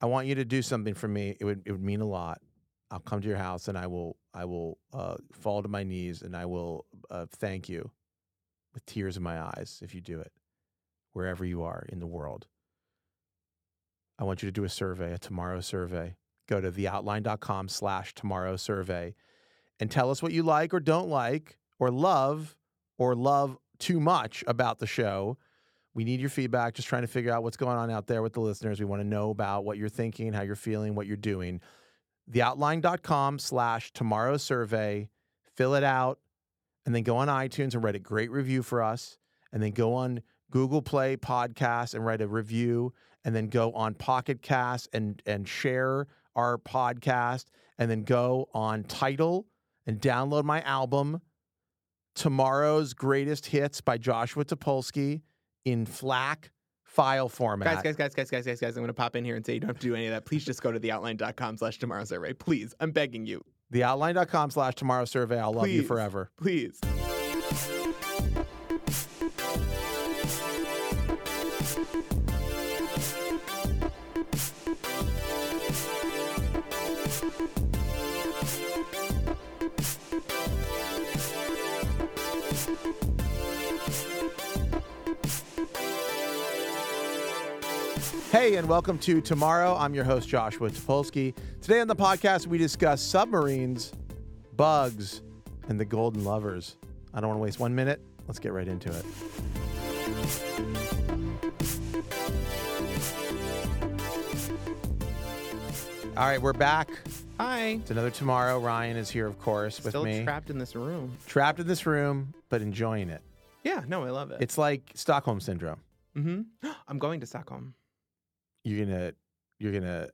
I want you to do something for me. It would it would mean a lot. I'll come to your house and I will I will uh, fall to my knees and I will uh, thank you with tears in my eyes if you do it, wherever you are in the world. I want you to do a survey, a tomorrow survey. Go to theoutline.com slash tomorrow survey and tell us what you like or don't like or love or love too much about the show. We need your feedback, just trying to figure out what's going on out there with the listeners. We want to know about what you're thinking, how you're feeling, what you're doing. Theoutline.com slash tomorrow survey. Fill it out and then go on iTunes and write a great review for us, and then go on Google Play Podcasts and write a review, and then go on Pocket Cast and and share our podcast, and then go on Title and download my album, Tomorrow's Greatest Hits by Joshua Topolsky, in FLAC file format. Guys, guys, guys, guys, guys, guys, guys. I'm going to pop in here and say you don't have to do any of that. Please just go to theoutline.com slash tomorrow survey. Please. I'm begging you. Theoutline.com slash tomorrow survey. I'll love you Please. forever. Please. Hey, and welcome to Tomorrow. I'm your host, Joshua Topolsky. Today on the podcast, we discuss submarines, bugs, and the golden lovers. I don't want to waste one minute. Let's get right into it. All right, we're back. Hi. It's another tomorrow. Ryan is here, of course, with Still me. trapped in this room. Trapped in this room, but enjoying it. Yeah, no, I love it. It's like Stockholm syndrome. hmm I'm going to Stockholm. You're gonna, you're gonna,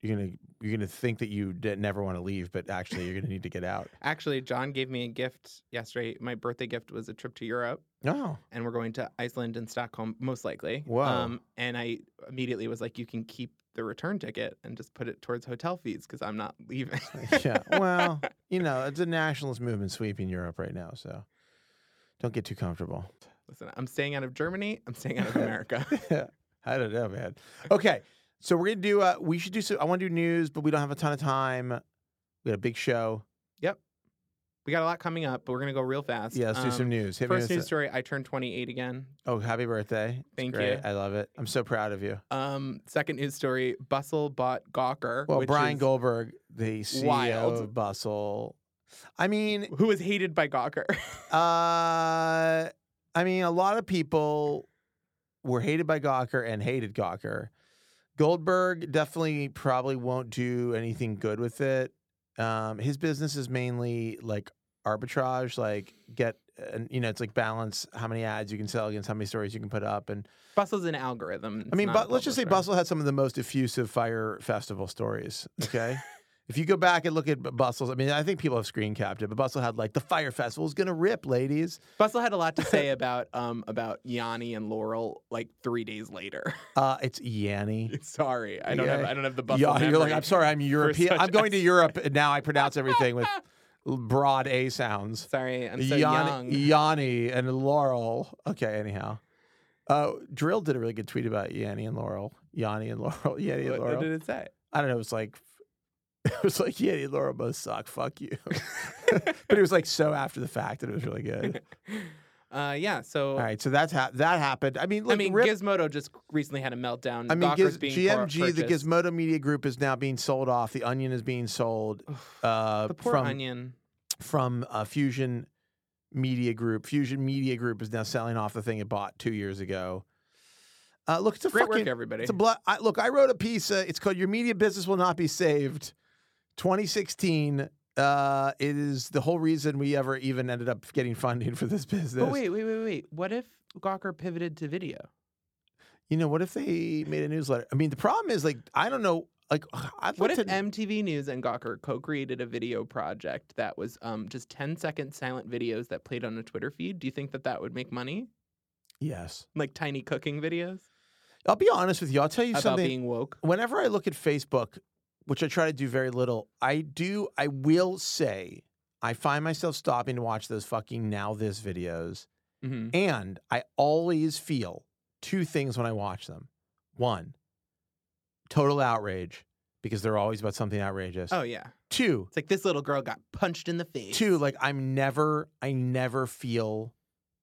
you're gonna, you're gonna think that you d- never want to leave, but actually, you're gonna need to get out. Actually, John gave me a gift yesterday. My birthday gift was a trip to Europe, No. and we're going to Iceland and Stockholm, most likely. Um, Whoa. and I immediately was like, you can keep the return ticket and just put it towards hotel fees because I'm not leaving. yeah. Well, you know, it's a nationalist movement sweeping Europe right now, so don't get too comfortable. Listen, I'm staying out of Germany. I'm staying out of America. I don't know, man. Okay. So we're gonna do uh we should do so I wanna do news, but we don't have a ton of time. We got a big show. we got a lot coming up, but we're going to go real fast. Yeah, let's do some Um, news. Hit me First with news the- story, I turned 28 again. Oh, happy birthday. It's Thank great. you. I love it. I'm so proud of you. Um, second news story, Bustle bought Gawker. Well, which Brian is- Goldberg, the CEO Wild. of Bustle. I mean, who was hated by Gawker. Uh, I mean, a lot of people were hated by Gawker and hated Gawker. Goldberg definitely probably won't do anything good with it. Um, his business is mainly like arbitrage, like get and you know it's like balance how many ads you can sell against how many stories you can put up. And Bustle's an algorithm. I it's mean, not a but let's just say publisher. Bustle had some of the most effusive fire festival stories. Okay. If you go back and look at Bustle's, I mean, I think people have screen capped it, but Bustle had like the fire festival is gonna rip, ladies. Bustle had a lot to say about um about Yanni and Laurel like three days later. Uh, it's Yanni. sorry, I don't have Yeah. I don't have the Bustle. yeah, you're like, memory. I'm sorry, I'm European. such I'm going to a- Europe and now. I pronounce everything with l- broad A sounds. Sorry, I'm so Yanni, young. Yanni and Laurel. Okay, anyhow. Uh, Drill did a really good tweet about Yanni and Laurel. Yanni and Laurel. Yanni and What, what did Laurel. it say? I don't know. It was like, it was like Yanni and Laurel both suck. Fuck you. but it was like so after the fact, and it was really good. Uh, yeah. So All right, so that's ha- that happened. I mean, look, I mean, Rip- Gizmodo just recently had a meltdown. I mean, Giz- Gawker's being cor- GMG, the purchased. Gizmodo Media Group, is now being sold off. The Onion is being sold Ugh, uh, the poor from onion. from uh, Fusion Media Group. Fusion Media Group is now selling off the thing it bought two years ago. Uh, look, it's a Great fucking. work, everybody. it's a blood. I, look, I wrote a piece. Uh, it's called "Your Media Business Will Not Be Saved," 2016. Uh, it is the whole reason we ever even ended up getting funding for this business. But wait, wait, wait, wait. What if Gawker pivoted to video? You know, what if they made a newsletter? I mean, the problem is like I don't know. Like, I'd What like if to... MTV News and Gawker co-created a video project that was um, just 10-second silent videos that played on a Twitter feed? Do you think that that would make money? Yes. Like tiny cooking videos I'll be honest with you. I'll tell you about something. being woke? Whenever I look at Facebook, which I try to do very little, I do, I will say, I find myself stopping to watch those fucking now this videos. hmm And I always feel two things when I watch them. One, total outrage because they're always about something outrageous. Oh yeah. Two, It's like this little girl got punched in the face. two, like I'm never, I never feel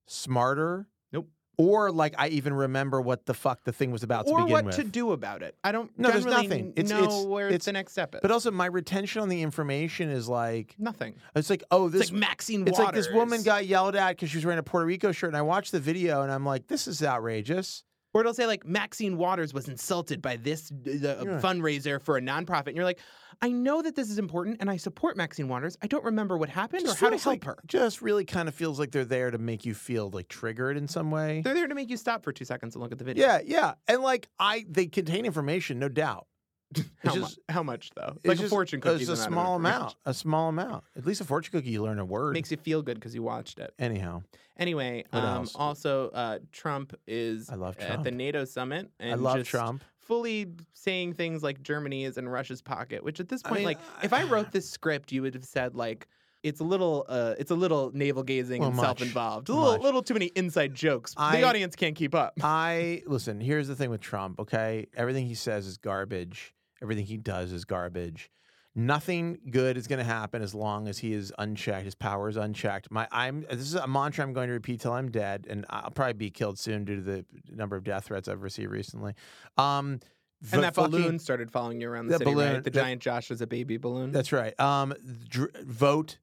smarter. Nope. Or like I even remember what the fuck the thing was about to or begin what with. to do about it. I don't. No, there's generally nothing. It's- know it's- where it's- the next step is. But also, my retention on the information is like nothing. it's like oh It's this. like Maxine It's like this woman Waters. got yelled at because she was wearing a Puerto Rico shirt, and I watched the video, and I'm like, "This is outrageous." Or it'll say like Maxine Waters was insulted by this d- the, uh, Yeah. fundraiser for a nonprofit, and you're like, I know that this is important, and I support Maxine Waters. I don't remember what happened or Just how to feels like- help her. Just really kind of feels like they're there to make you feel like triggered in some way. They're there to make you stop for two seconds and look at the video. Yeah, yeah, and like I, they contain information, no doubt. how, it's just- mu- how much though? It's Like a just- fortune cookie. It's is a amount of small information. amount, a small amount. At least a fortune cookie, you learn a word. Makes you feel good because you watched it. Anyhow, Anyway, What um, else? also uh, Trump is I love at Trump. the NATO summit and I love just Trump. fully saying things like Germany is in Russia's pocket, which at this I point, mean, like, if I wrote this script, you would have said like, it's a little, uh, it's a little navel gazing Well, and much. self-involved, a little, Much. little too many inside jokes. I- the audience can't keep up. I listen, here's the thing with Trump, okay? Everything he says is garbage. Everything he does is garbage. Nothing good is going to happen as long as he is unchecked. His power is unchecked. My, I'm. This is a mantra I'm going to repeat till I'm dead, and I'll probably be killed soon due to the number of death threats I've received recently. Um, the and that fucking- balloon started following you around the that city, balloon- right? The that- giant Josh is a baby balloon. That's right. Um, dr- vote,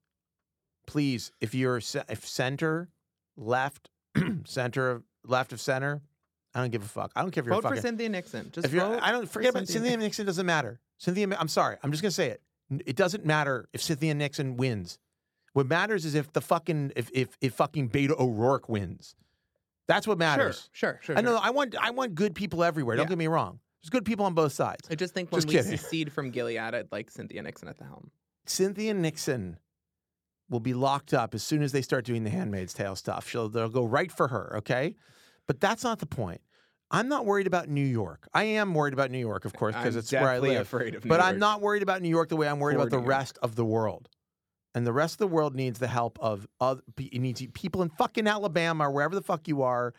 please. If you're ce- if center, left, center, left of center, I don't give a fuck. I don't care if you're a vote fucking. for Cynthia Nixon. Just if you're, vote. I don't forget about Cynthia. Cynthia Nixon doesn't matter. Cynthia, Ma- I'm sorry, I'm just gonna say it. N- It doesn't matter if Cynthia Nixon wins. What matters is if the fucking if if, if fucking Beta O'Rourke wins. That's what sure, matters. sure, sure. I know. sure. I want I want good people everywhere. Don't Yeah. get me wrong. There's good people on both sides. I just think when Just we kidding. secede from Gilead, I'd like Cynthia Nixon at the helm. Cynthia Nixon will be locked up as soon as they start doing the Handmaid's Tale stuff. She'll they'll go right for her, okay? But that's not the point. I'm not worried about New York. I am worried about New York, of course, because I'm it's where I deathly live. Afraid of New But I'm York. not worried about New York the way I'm worried Poor about the New York. rest of the world. And the rest of the world needs the help of other, it needs people in fucking Alabama, wherever the fuck you are,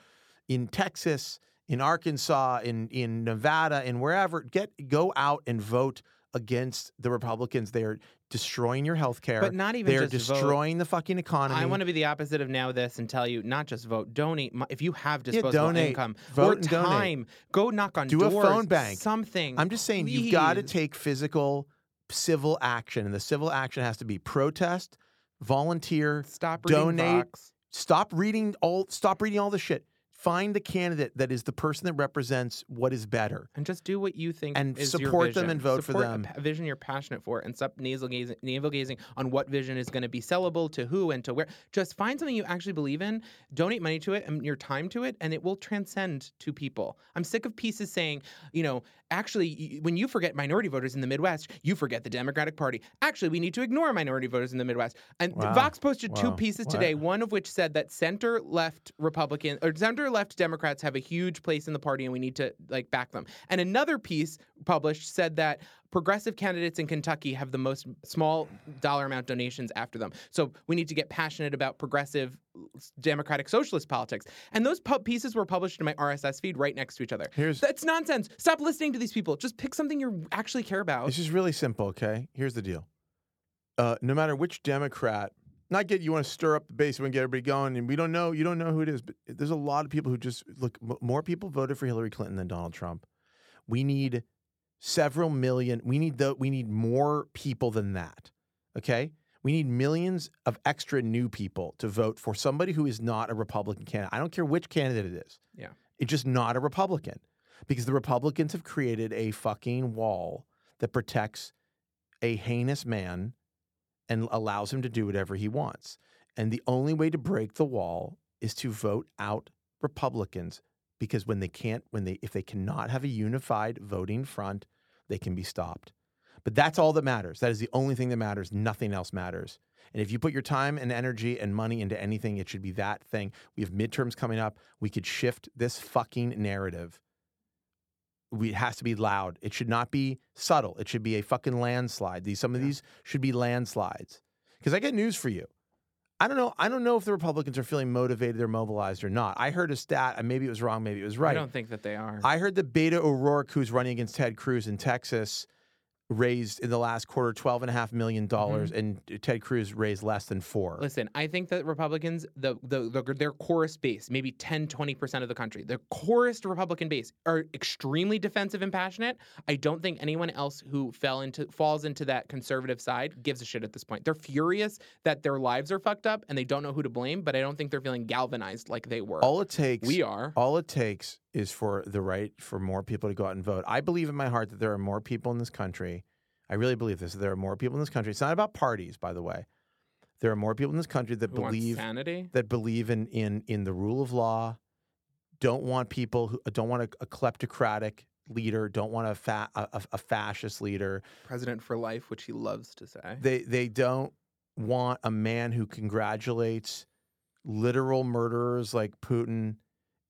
in Texas, in Arkansas, in in Nevada, in wherever. Get go out and vote against the Republicans. They are destroying your health care. But not even They are just vote. destroying the fucking economy. I want to be the opposite of now this and tell you not just vote, donate. mo- If you have Yeah, disposable donate. income Vote or and donate. time, go knock on Do a doors. phone bank. Something. I'm just saying you've got to please. take physical civil action, and the civil action has to be protest, volunteer, Stop reading donate. Vox. Stop reading all stop reading all the shit. Find the candidate that is the person that represents what is better. and just do what you think And is your support them vision. and vote for Support them. A pa- vision you're passionate for, and stop nasal gazing, navel gazing on what vision is going to be sellable to who and to where. Just find something you actually believe in, donate money to it and your time to it, and it will transcend to people. I'm sick of pieces saying, you know, actually, y- when you forget minority voters in the Midwest, you forget the Democratic Party. Actually, we need to ignore minority voters in the Midwest. And th- Wow. Vox posted two Wow. pieces What? today, one of which said that center left Republican or center left Democrats have a huge place in the party and we need to like back them. And another piece published said that progressive candidates in Kentucky have the most small dollar amount donations after them. So we need to get passionate about progressive democratic socialist politics. And those pub pieces were published in my RSS feed right next to each other. Here's That's nonsense. Stop listening to these people. Just pick something you actually care about. this is really simple, okay? Here's the deal. Uh, no matter which Democrat, not get you want to stir up the base and get everybody going, and we don't know you don't know who it is, but there's a lot of people who just look. M- more people voted for Hillary Clinton than Donald Trump. We need several million. We need the we need more people than that. Okay? We need millions of extra new people to vote for somebody who is not a Republican candidate. I don't care which candidate it is. Yeah. It's just not a Republican. Because the Republicans have created a fucking wall that protects a heinous man and allows him to do whatever he wants. And the only way to break the wall is to vote out Republicans because when they can't when they if they cannot have a unified voting front, they can be stopped. But that's all that matters. That is the only thing that matters. Nothing else matters. And if you put your time and energy and money into anything, it should be that thing. We have midterms coming up. We could shift this fucking narrative. We, it has to be loud. It should not be subtle. It should be a fucking landslide. These some of Yeah. these should be landslides. Because I get news for you. I don't know. I don't know if the Republicans are feeling motivated or mobilized or not. I heard a stat, and maybe it was wrong, maybe it was I right. don't think that they are. I heard that Beta O'Rourke, who's running against Ted Cruz in Texas, raised in the last quarter twelve and a half million dollars, and Ted Cruz raised less than four. Mm-hmm. Listen, I think that Republicans, the, the, the their chorus base, maybe 10, 20% of the country, their chorus Republican base are extremely defensive and passionate. I don't think anyone else who fell into falls into that conservative side gives a shit at this point. They're furious that their lives are fucked up and they don't know who to blame, but I don't think they're feeling galvanized like they were. All it takes, we are. all it takes, is for the right for more people to go out and vote. I believe in my heart that there are more people in this country. I really believe this. that There are more people in this country. It's not about parties, by the way. There are more people in this country that Who wants believe sanity? that believe in in in the rule of law, don't want people who don't want a, a kleptocratic leader, don't want a, fa- a a- a fascist leader. President for life, which he loves to say. They they don't want a man who congratulates literal murderers like Putin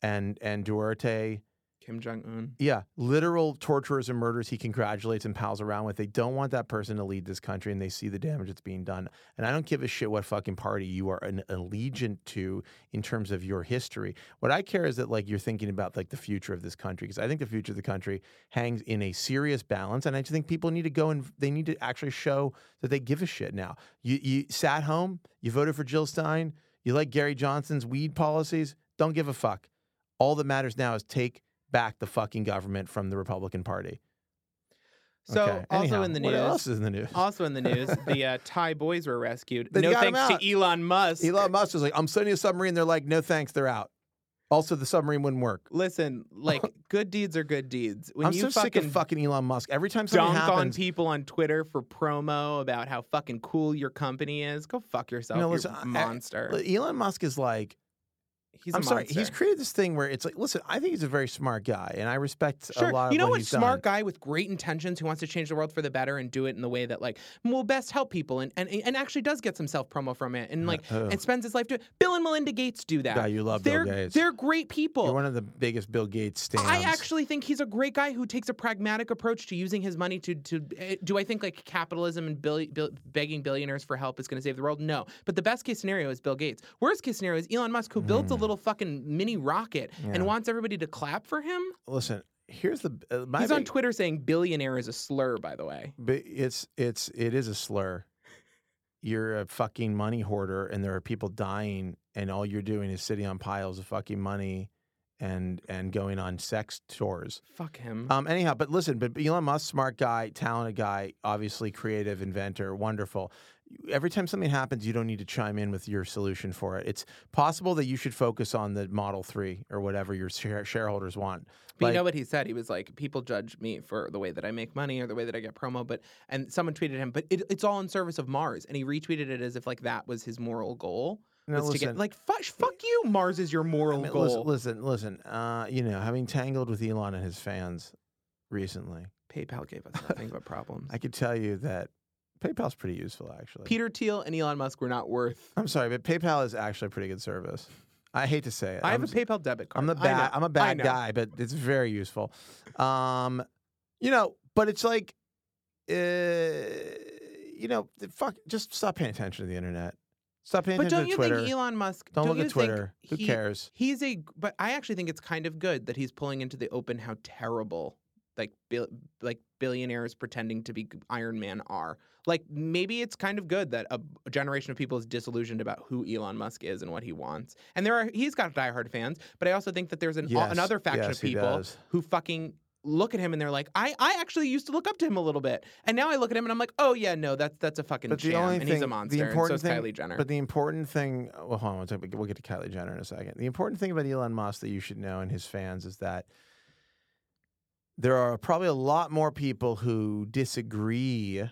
and and Duarte. Kim Jong Un. Yeah, literal torturers and murders he congratulates and pals around with. They don't want that person to lead this country and they see the damage that's being done. And I don't give a shit what fucking party you are an allegiant to in terms of your history. What I care is that like you're thinking about like the future of this country because I think the future of the country hangs in a serious balance and I just think people need to go and they need to actually show that they give a shit now. You you sat home, you voted for Jill Stein, you like Gary Johnson's weed policies, don't give a fuck. All that matters now is take back the fucking government from the Republican Party. So, Okay. also Anyhow, in the what news. else is in the news? Also in the news, the uh, Thai boys were rescued. They no got 'em thanks to Elon Musk. Elon Musk was like, "I'm sending a submarine." They're like, "No thanks, they're out." Also, the submarine wouldn't work. Listen, like good deeds are good deeds. When I'm you so fucking, sick of fucking Elon Musk. Every time something dunk on happens, people on Twitter for promo about how fucking cool your company is, go fuck yourself, No, you listen, I- I- monster. Elon Musk is like, he's "I'm a sorry." monster. He's created this thing where it's like, "Listen, I think he's a very smart guy, and I respect Sure. a lot." you know of what what he's smart done. guy with great intentions who wants to change the world for the better and do it in the way that like will best help people and, and and actually does get some self promo from it and like Oh. and spends his life doing Bill and Melinda Gates do that. Yeah, you love Bill they're, Gates. They're great people. You're one of the biggest Bill Gates stands. I actually think he's a great guy who takes a pragmatic approach to using his money to to. eh, Do I think like capitalism and bill, bill, begging billionaires for help is going to save the world? No. But the best case scenario is Bill Gates. Worst case scenario is Elon Musk, who builds a little fucking mini rocket Hmm. Yeah. and wants everybody to clap for him. listen. Here's the uh, my he's on big- Twitter saying billionaire is a slur, by the way. But it's it's it is a slur. You're a fucking money hoarder, and there are people dying, and all you're doing is sitting on piles of fucking money, and and going on sex tours. Fuck him. Um. Anyhow, but listen, but Elon Musk, smart guy, talented guy, obviously creative, inventor, wonderful. Every time something happens, you don't need to chime in with your solution for it. It's possible that you should focus on the Model Three or whatever your share- shareholders want. But Like- you know what he said? He was like, people judge me for the way that I make money or the way that I get promo. But and someone tweeted him, but it, it's all in service of Mars, and he retweeted it as if like that was his moral goal. No, was to get listen. like fuck, fuck you. Mars is your moral I mean, goal. listen, listen, listen. Uh, you know, having tangled with Elon and his fans recently, PayPal gave us nothing but problems. I could tell you that PayPal's pretty useful, actually. Peter Thiel and Elon Musk were not worth. I'm sorry, but PayPal is actually a pretty good service. I hate to say it. I have I'm, a PayPal debit card. am the I know. bad. I'm a bad know. guy, but it's very useful. Um, you know, but it's like, uh, you know, the fuck. Just stop paying attention to the internet. Stop paying But attention don't to you Twitter. think Elon Musk? don't, look you at Twitter. Who Think he, cares? He's a. But I actually think it's kind of good that he's pulling into the open how terrible like bil- like billionaires pretending to be Iron Man are. Like maybe it's kind of good that a a generation of people is disillusioned about who Elon Musk is and what he wants. And there are he's got diehard fans, but I also think that there's an, Yes, another faction yes, of he people does. who fucking look at him and they're like, I, I actually used to look up to him a little bit, and now I look at him and I'm like, oh yeah, no, that's that's a fucking But the sham, only and he's thing- the a monster. important and so is thing- Kylie Jenner. But the important thing, uh, well, hold on, one second, we'll get to Kylie Jenner in a second. The important thing about Elon Musk that you should know and his fans is that there are probably a lot more people who disagree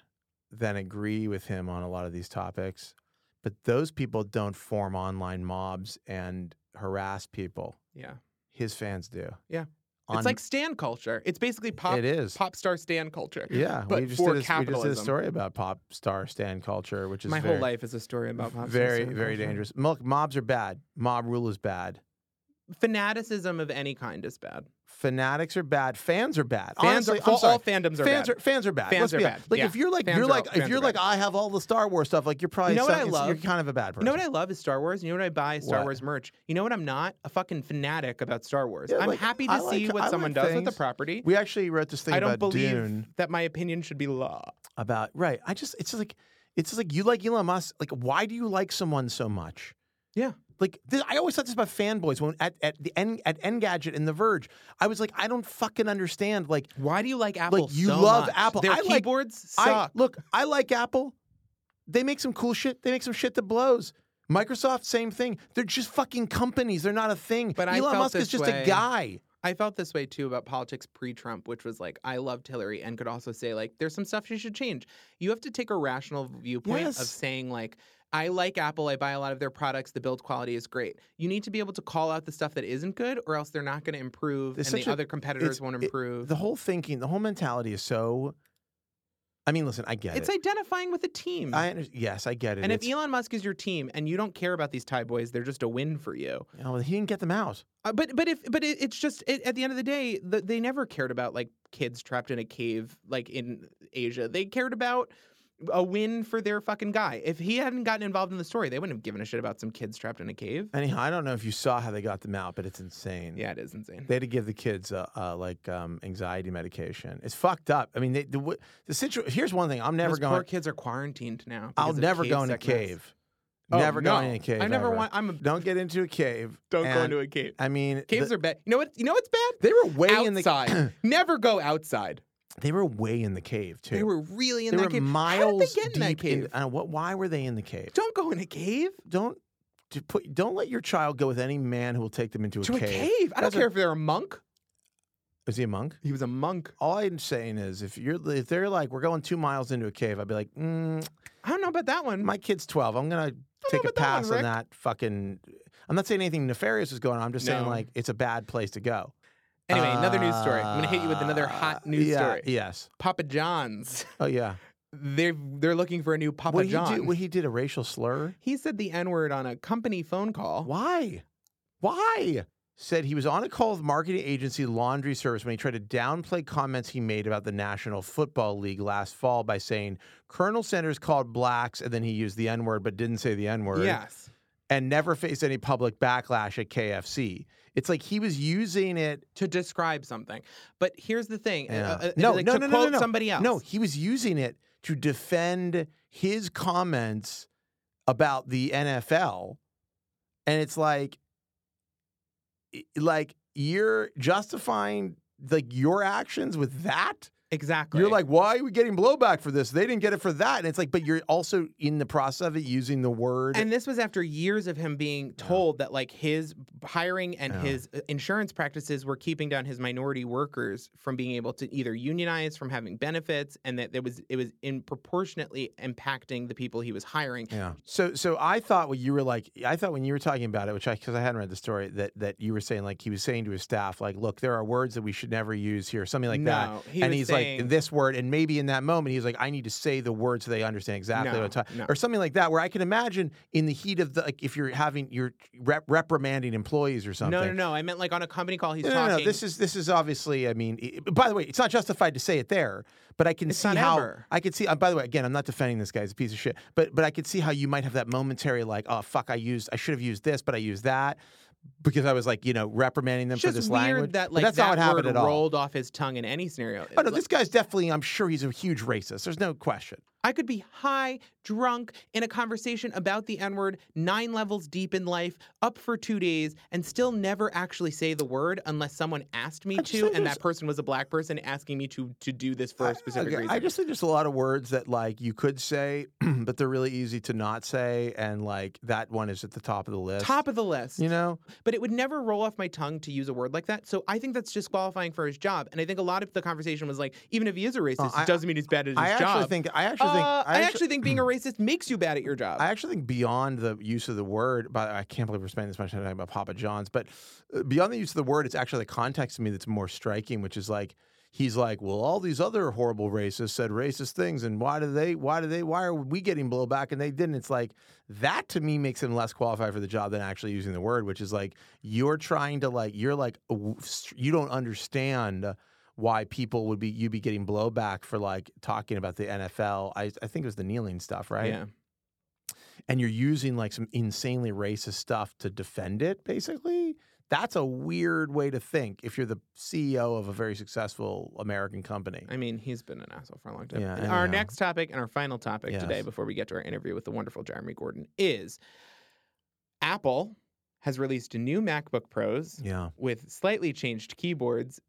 than agree with him on a lot of these topics. But those people don't form online mobs and harass people. yeah, His fans do. Yeah. On- it's like Stan culture. It's basically pop it is. pop star Stan culture. yeah, but we just, did for a, we just did a capitalism. story about pop star stan culture, which is My very- whole life is a story about pop star very Stan very culture. dangerous. Look, mobs are bad. Mob rule is bad. Fanaticism of any kind is bad. fanatics are bad. Fans are bad. Fans Honestly, are, I'm all, sorry. all fandoms are fans bad. are fans are bad. Fans Let's are be bad. Like Yeah. if you're like Fans you're are- like if fans you're are like bad. I have all the Star Wars stuff. Like you're probably You know what some- I it's- love? You're kind of a bad you person. know what I love is Star Wars. You know what I buy is Star What? Wars merch. You know what I'm not? A fucking fanatic about Star Wars. Yeah, I'm like, happy to I see like- what I someone like does with the things. property. we actually wrote this thing I don't about believe Dune that my opinion should be law. about right. I just it's just like it's just like you like Elon Musk. Like why do you like someone so much? Yeah. Like this, I always thought this about fanboys when at, at the end at Engadget and The Verge. I was like I don't fucking understand. Like Why do you like Apple? you so love much? Apple. Their I like- keyboards I suck. look, I like Apple. They make some cool shit. They make some shit that blows. Microsoft, same thing. They're just fucking companies. They're not a thing. But I Elon felt Musk is this just way. a guy. I felt this way too about politics pre-Trump, which was like I loved Hillary and could also say like there's some stuff she should change. You have to take a rational viewpoint of Yes. saying like I like Apple, I buy a lot of their products, the build quality is great. You need to be able to call out the stuff that isn't good or else they're not going to improve There's and such the a- other competitors it's- won't it- improve. The whole thinking, the whole mentality is so. I mean, listen, I get it's it. identifying with a team. I under, yes, I get it. and if It's- Elon Musk is your team and you don't care about these tie boys, they're just a win for you. oh, he didn't get them out. Uh, but but if but it, it's just it, at the end of the day, the, they never cared about like kids trapped in a cave like in Asia. They cared about a win for their fucking guy. If he hadn't gotten involved in the story, they wouldn't have given a shit about some kids trapped in a cave. Anyhow, I don't know if you saw how they got them out, but it's insane. Yeah, it is insane. They had to give the kids uh, uh, like um, anxiety medication. It's fucked up. I mean, they, the, w- the situation. Here's one thing: I'm never Those going. poor kids are quarantined now. I'll because of never cave go in a sickness. cave. Oh, never go no. in a cave. I never ever. want. I'm a Don't get into a cave. don't go and- into a cave. I mean, Caves the- are bad. You know what? You know what's bad? they were way in the outside. never go outside. they were way in the cave too. They were really in They that were cave. miles How did they get in that deep cave? I don't know, what? Why were they in the cave? don't go in a cave. Don't to put. Don't let your child go with any man who will take them into a to cave. a cave. I don't That's care if they're a monk. Is he a monk? He was a monk. All I'm saying is, if you're if they're like we're going two miles into a cave, I'd be like, mm, I don't know about that one. my kid's twelve. I'm gonna take a about that one, pass Rick. on that fucking. I'm not saying anything nefarious is going on. I'm just saying No. like it's a bad place to go. anyway, another news story. I'm gonna hit you with another Uh, hot news yeah, story. Yes. Papa John's. Oh yeah. They're they're looking for a new Papa what he John. do? What he did a racial slur? he said the N word on a company phone call. Why? Why? Said he was on a call with marketing agency Laundry Service when he tried to downplay comments he made about the National Football League last fall by saying Colonel Sanders called blacks and then he used the N word but didn't say the N word Yes. and never faced any public backlash at KFC. It's like he was using it. To describe something. But here's the thing. uh, Yeah. uh, No, like, no, to no, no, no, quote no. somebody else. No, he was using it to defend his comments about the NFL. And it's like, i- like you're justifying like your actions with that. Exactly. You're like, why are we getting blowback for this? They didn't get it for that. And it's like, but you're also in the process of it using the word. And this was after years of him being told that like his b- hiring and Yeah. his uh, insurance practices were keeping down his minority workers from being able to either unionize, from having benefits, and that there was it was in proportionately impacting the people he was hiring. Yeah. So so I thought what you were like I thought when you were talking about it, which I because I hadn't read the story that that you were saying like he was saying to his staff like, look, there are words that we should never use here, something like that. No, he and was he's saying- like this word, and maybe in that moment he's like, I need to say the word so they understand exactly No, what I'm talking, no. or something like that. Where I can imagine in the heat of the like if you're having you're rep- reprimanding employees or something. No, no, no. I meant like on a company call, he's No, no, talking. no, This is this is obviously. I mean, i- by the way, it's not justified to say it there, but I can It's see not how ever. I could see. Uh, by the way, again, I'm not defending this guy; he's a piece of shit. But but I could see how you might have that momentary like, oh fuck, I used, I should have used this, but I used that because I was like, you know, reprimanding them It's for just this weird language. that But like that's that not what happened word at all. rolled off his tongue in any scenario. Oh no, Like, this guy's definitely. I'm sure he's a huge racist. There's no question. I could be high, drunk, in a conversation about the N word, nine levels deep in life, up for two days, and still never actually say the word unless someone asked me I just to, think and there's- that person was a black person asking me to to do this for I- a specific okay, reason. I just think there's a lot of words that like you could say, but they're really easy to not say, and like that one is at the top of the list. Top of the list. you know. But it would never roll off my tongue to use a word like that. So I think that's disqualifying for his job. And I think a lot of the conversation was like, even if he is a racist, Oh, I- it doesn't mean he's bad at his I job. actually think. I actually think. Uh, I actu- actually think being a racist makes you bad at your job. I actually think beyond the use of the word, but I can't believe we're spending this much time talking about Papa John's, but uh, beyond the use of the word, it's actually the context to me that's more striking, which is like he's like, well, all these other horrible racists said racist things, and why do they? Why do they? Why are we getting blowback and they didn't? It's like that to me makes him less qualified for the job than actually using the word, which is like you're trying to like you're like uh, you don't understand why people would be you be getting blowback for like talking about the NFL. I I think it was the kneeling stuff, right? Yeah. And you're using like some insanely racist stuff to defend it, basically. That's a weird way to think if you're the CEO of a very successful American company. I mean, he's been an asshole for a long time. Yeah, And I our know. next topic and our final topic Yes. today before we get to our interview with the wonderful Jeremy Gordon is Apple has released new MacBook Pros yeah. with slightly changed keyboards,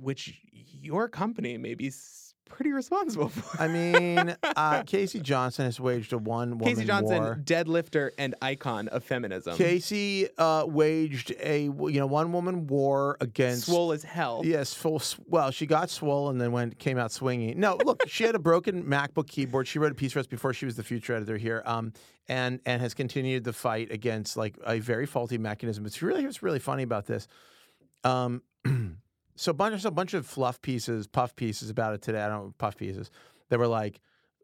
which your company may be s- pretty responsible for. I mean, uh, Casey Johnson has waged a one woman Casey Johnson, war. deadlifter and icon of feminism. Casey uh, waged a you know one woman war against swole as hell. Yes, full. s- Well, she got swole and then went came out swinging. No, look, she had a broken MacBook keyboard. She wrote a piece for us before she was the future editor here, um, and and has continued the fight against like a very faulty mechanism. It's really what's really funny about this. Um, so bunch there's a bunch of fluff pieces, puff pieces about it today. I don't puff pieces that were like.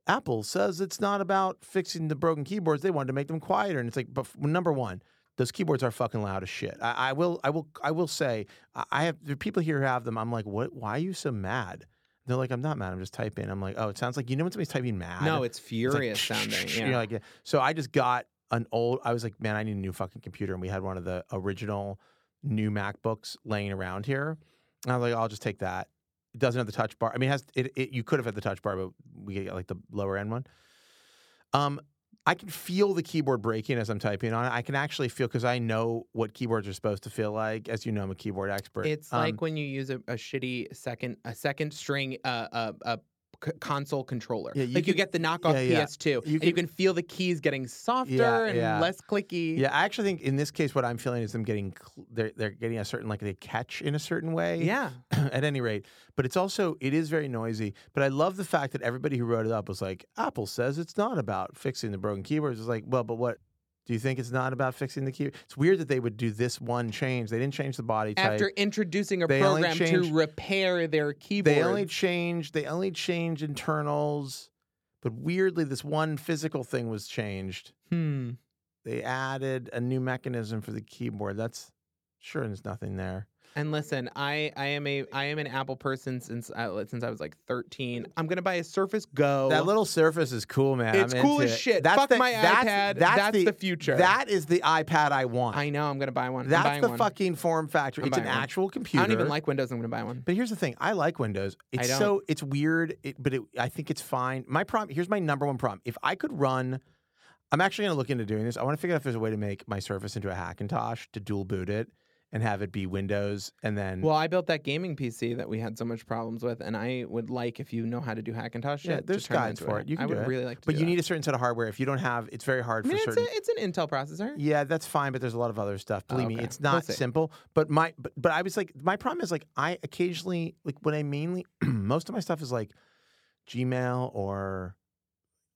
Apple says it's not about fixing the broken keyboards. They wanted to make them quieter, and it's like, but f- number one, those keyboards are fucking loud as shit. I, I will, I will, I will say, I- I have there are people here who have them. I'm like, what? Why are you so mad? They're like, I'm not mad. I'm just typing. I'm like, oh, it sounds like you know when somebody's typing mad. No, it's It's like, furious sounding. you Yeah. know, like, yeah. so I just got an old. I was like, man, I need a new fucking computer, and we had one of the original new MacBooks laying around here. And I was like, I'll just take that. It doesn't have the touch bar. I mean, it has it, it? You could have had the touch bar, but we got like the lower end one. Um, I can feel the keyboard breaking as I'm typing on it. I can actually feel because I know what keyboards are supposed to feel like. As you know, I'm a keyboard expert. It's Um, like when you use a, a shitty second a second string uh, uh, uh, c- console controller. Yeah, you like you can- get the knockoff yeah, yeah. PS2, and You you can- can feel the keys getting softer Yeah, and yeah. less clicky. Yeah, I actually think in this case, what I'm feeling is them getting cl- they're they're getting a certain like they catch in a certain way. yeah. at any rate, but it's also it is very noisy. But I love the fact that everybody who wrote it up was like, Apple says it's not about fixing the broken keyboards. It's like, well, but what? Do you think it's not about fixing the keyboard? It's weird that they would do this one change. They didn't change the body type. After introducing a They only program changed- to repair their keyboard, They only changed. They only changed internals, but weirdly, this one physical thing was changed. hmm. They added a new mechanism for the keyboard. That's sure. There's nothing there. And listen, I, I am a I am an Apple person since uh, since I was like 13. I'm gonna buy a Surface Go. That little Surface is cool, man. it's I'm cool into as it. shit. That's Fuck the- my that's- iPad. That's, the, the, future. That is the iPad I want. I know. I'm gonna buy one. I'm that's buying the one. fucking form factor. I'm it's an buying one. actual I computer. don't even like Windows. I'm gonna buy one. But here's the thing. I like Windows. It's don't. so it's weird, it, but it, I think it's fine. My problem here's my number one problem. If I could run, I'm actually going to look into doing this. I want to figure out if there's a way to make my Surface into a Hackintosh to dual boot it and have it be Windows and then. Well, I built that gaming PC that we had so much problems with, and I would like if you know how to do Hackintosh. Yeah, shit, to there's turn that guides into a for it. You hack- can do I would it. really like to. but do you that. need a certain set of hardware. If you don't have, it's very hard I mean, for it's, certain. a, it's an Intel processor. Yeah, that's fine, but there's a lot of other stuff. Oh, Believe okay. me, it's not Listen. simple. But my but, but I was like my problem is like I occasionally like when I mainly most of my stuff is like Gmail or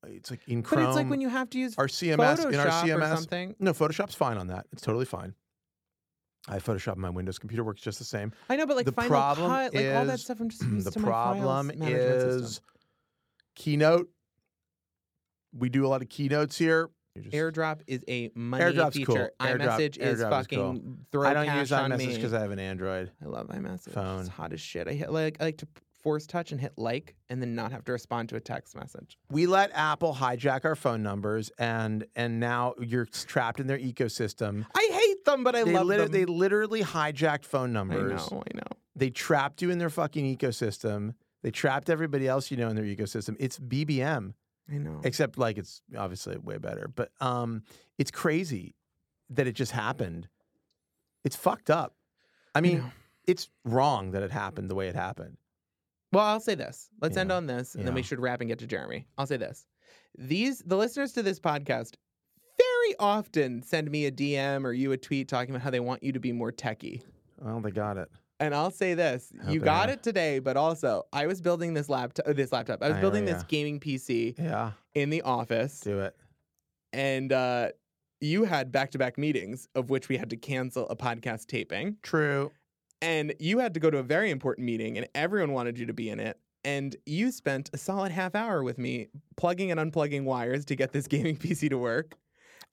uh, it's like in but Chrome it's like when you have to use our CMS Photoshop in our or CMS. something. No, Photoshop's fine on that. It's totally fine. I have Photoshop on my Windows computer works just the same. I know, but like The Final problem Cut, like all that is- stuff. I'm just used the to my files problem management system. is Keynote. We do a lot of keynotes here. You're just- AirDrop is a money AirDrop's feature. cool. AirDrop- iMessage AirDrop is is fucking cool. throw I don't cash use on iMessage me. because I have an Android. I love iMessage. Phone. It's hot as shit. I hit like I like to force touch and hit like, and then not have to respond to a text message. we let Apple hijack our phone numbers, and and now you're trapped in their ecosystem. I hate them, but I they, love lit- them. they literally hijacked phone I numbers. know. I know. They trapped you in their fucking ecosystem. They trapped everybody else you know in their ecosystem. It's BBM, I know. except like it's obviously way better. But um, it's crazy that it just happened. It's fucked up. I mean, know. it's wrong that it happened the way it happened. Well, I'll say this. Let's end Yeah. on this, and then we Yeah. should wrap and get to Jeremy. I'll say this: these the listeners to this podcast very often send me a DM or you a tweet talking about how they want you to be more techie. Well, they got it. And I'll say this: How you got bad? it today, but also I was building this laptop. uh, This laptop. I was I know, building this yeah. gaming PC Yeah, in the office, do it. and uh, you had back-to-back meetings of which we had to cancel a podcast taping. True. and you had to go to a very important meeting, and everyone wanted you to be in it. And you spent a solid half hour with me plugging and unplugging wires to get this gaming PC to work.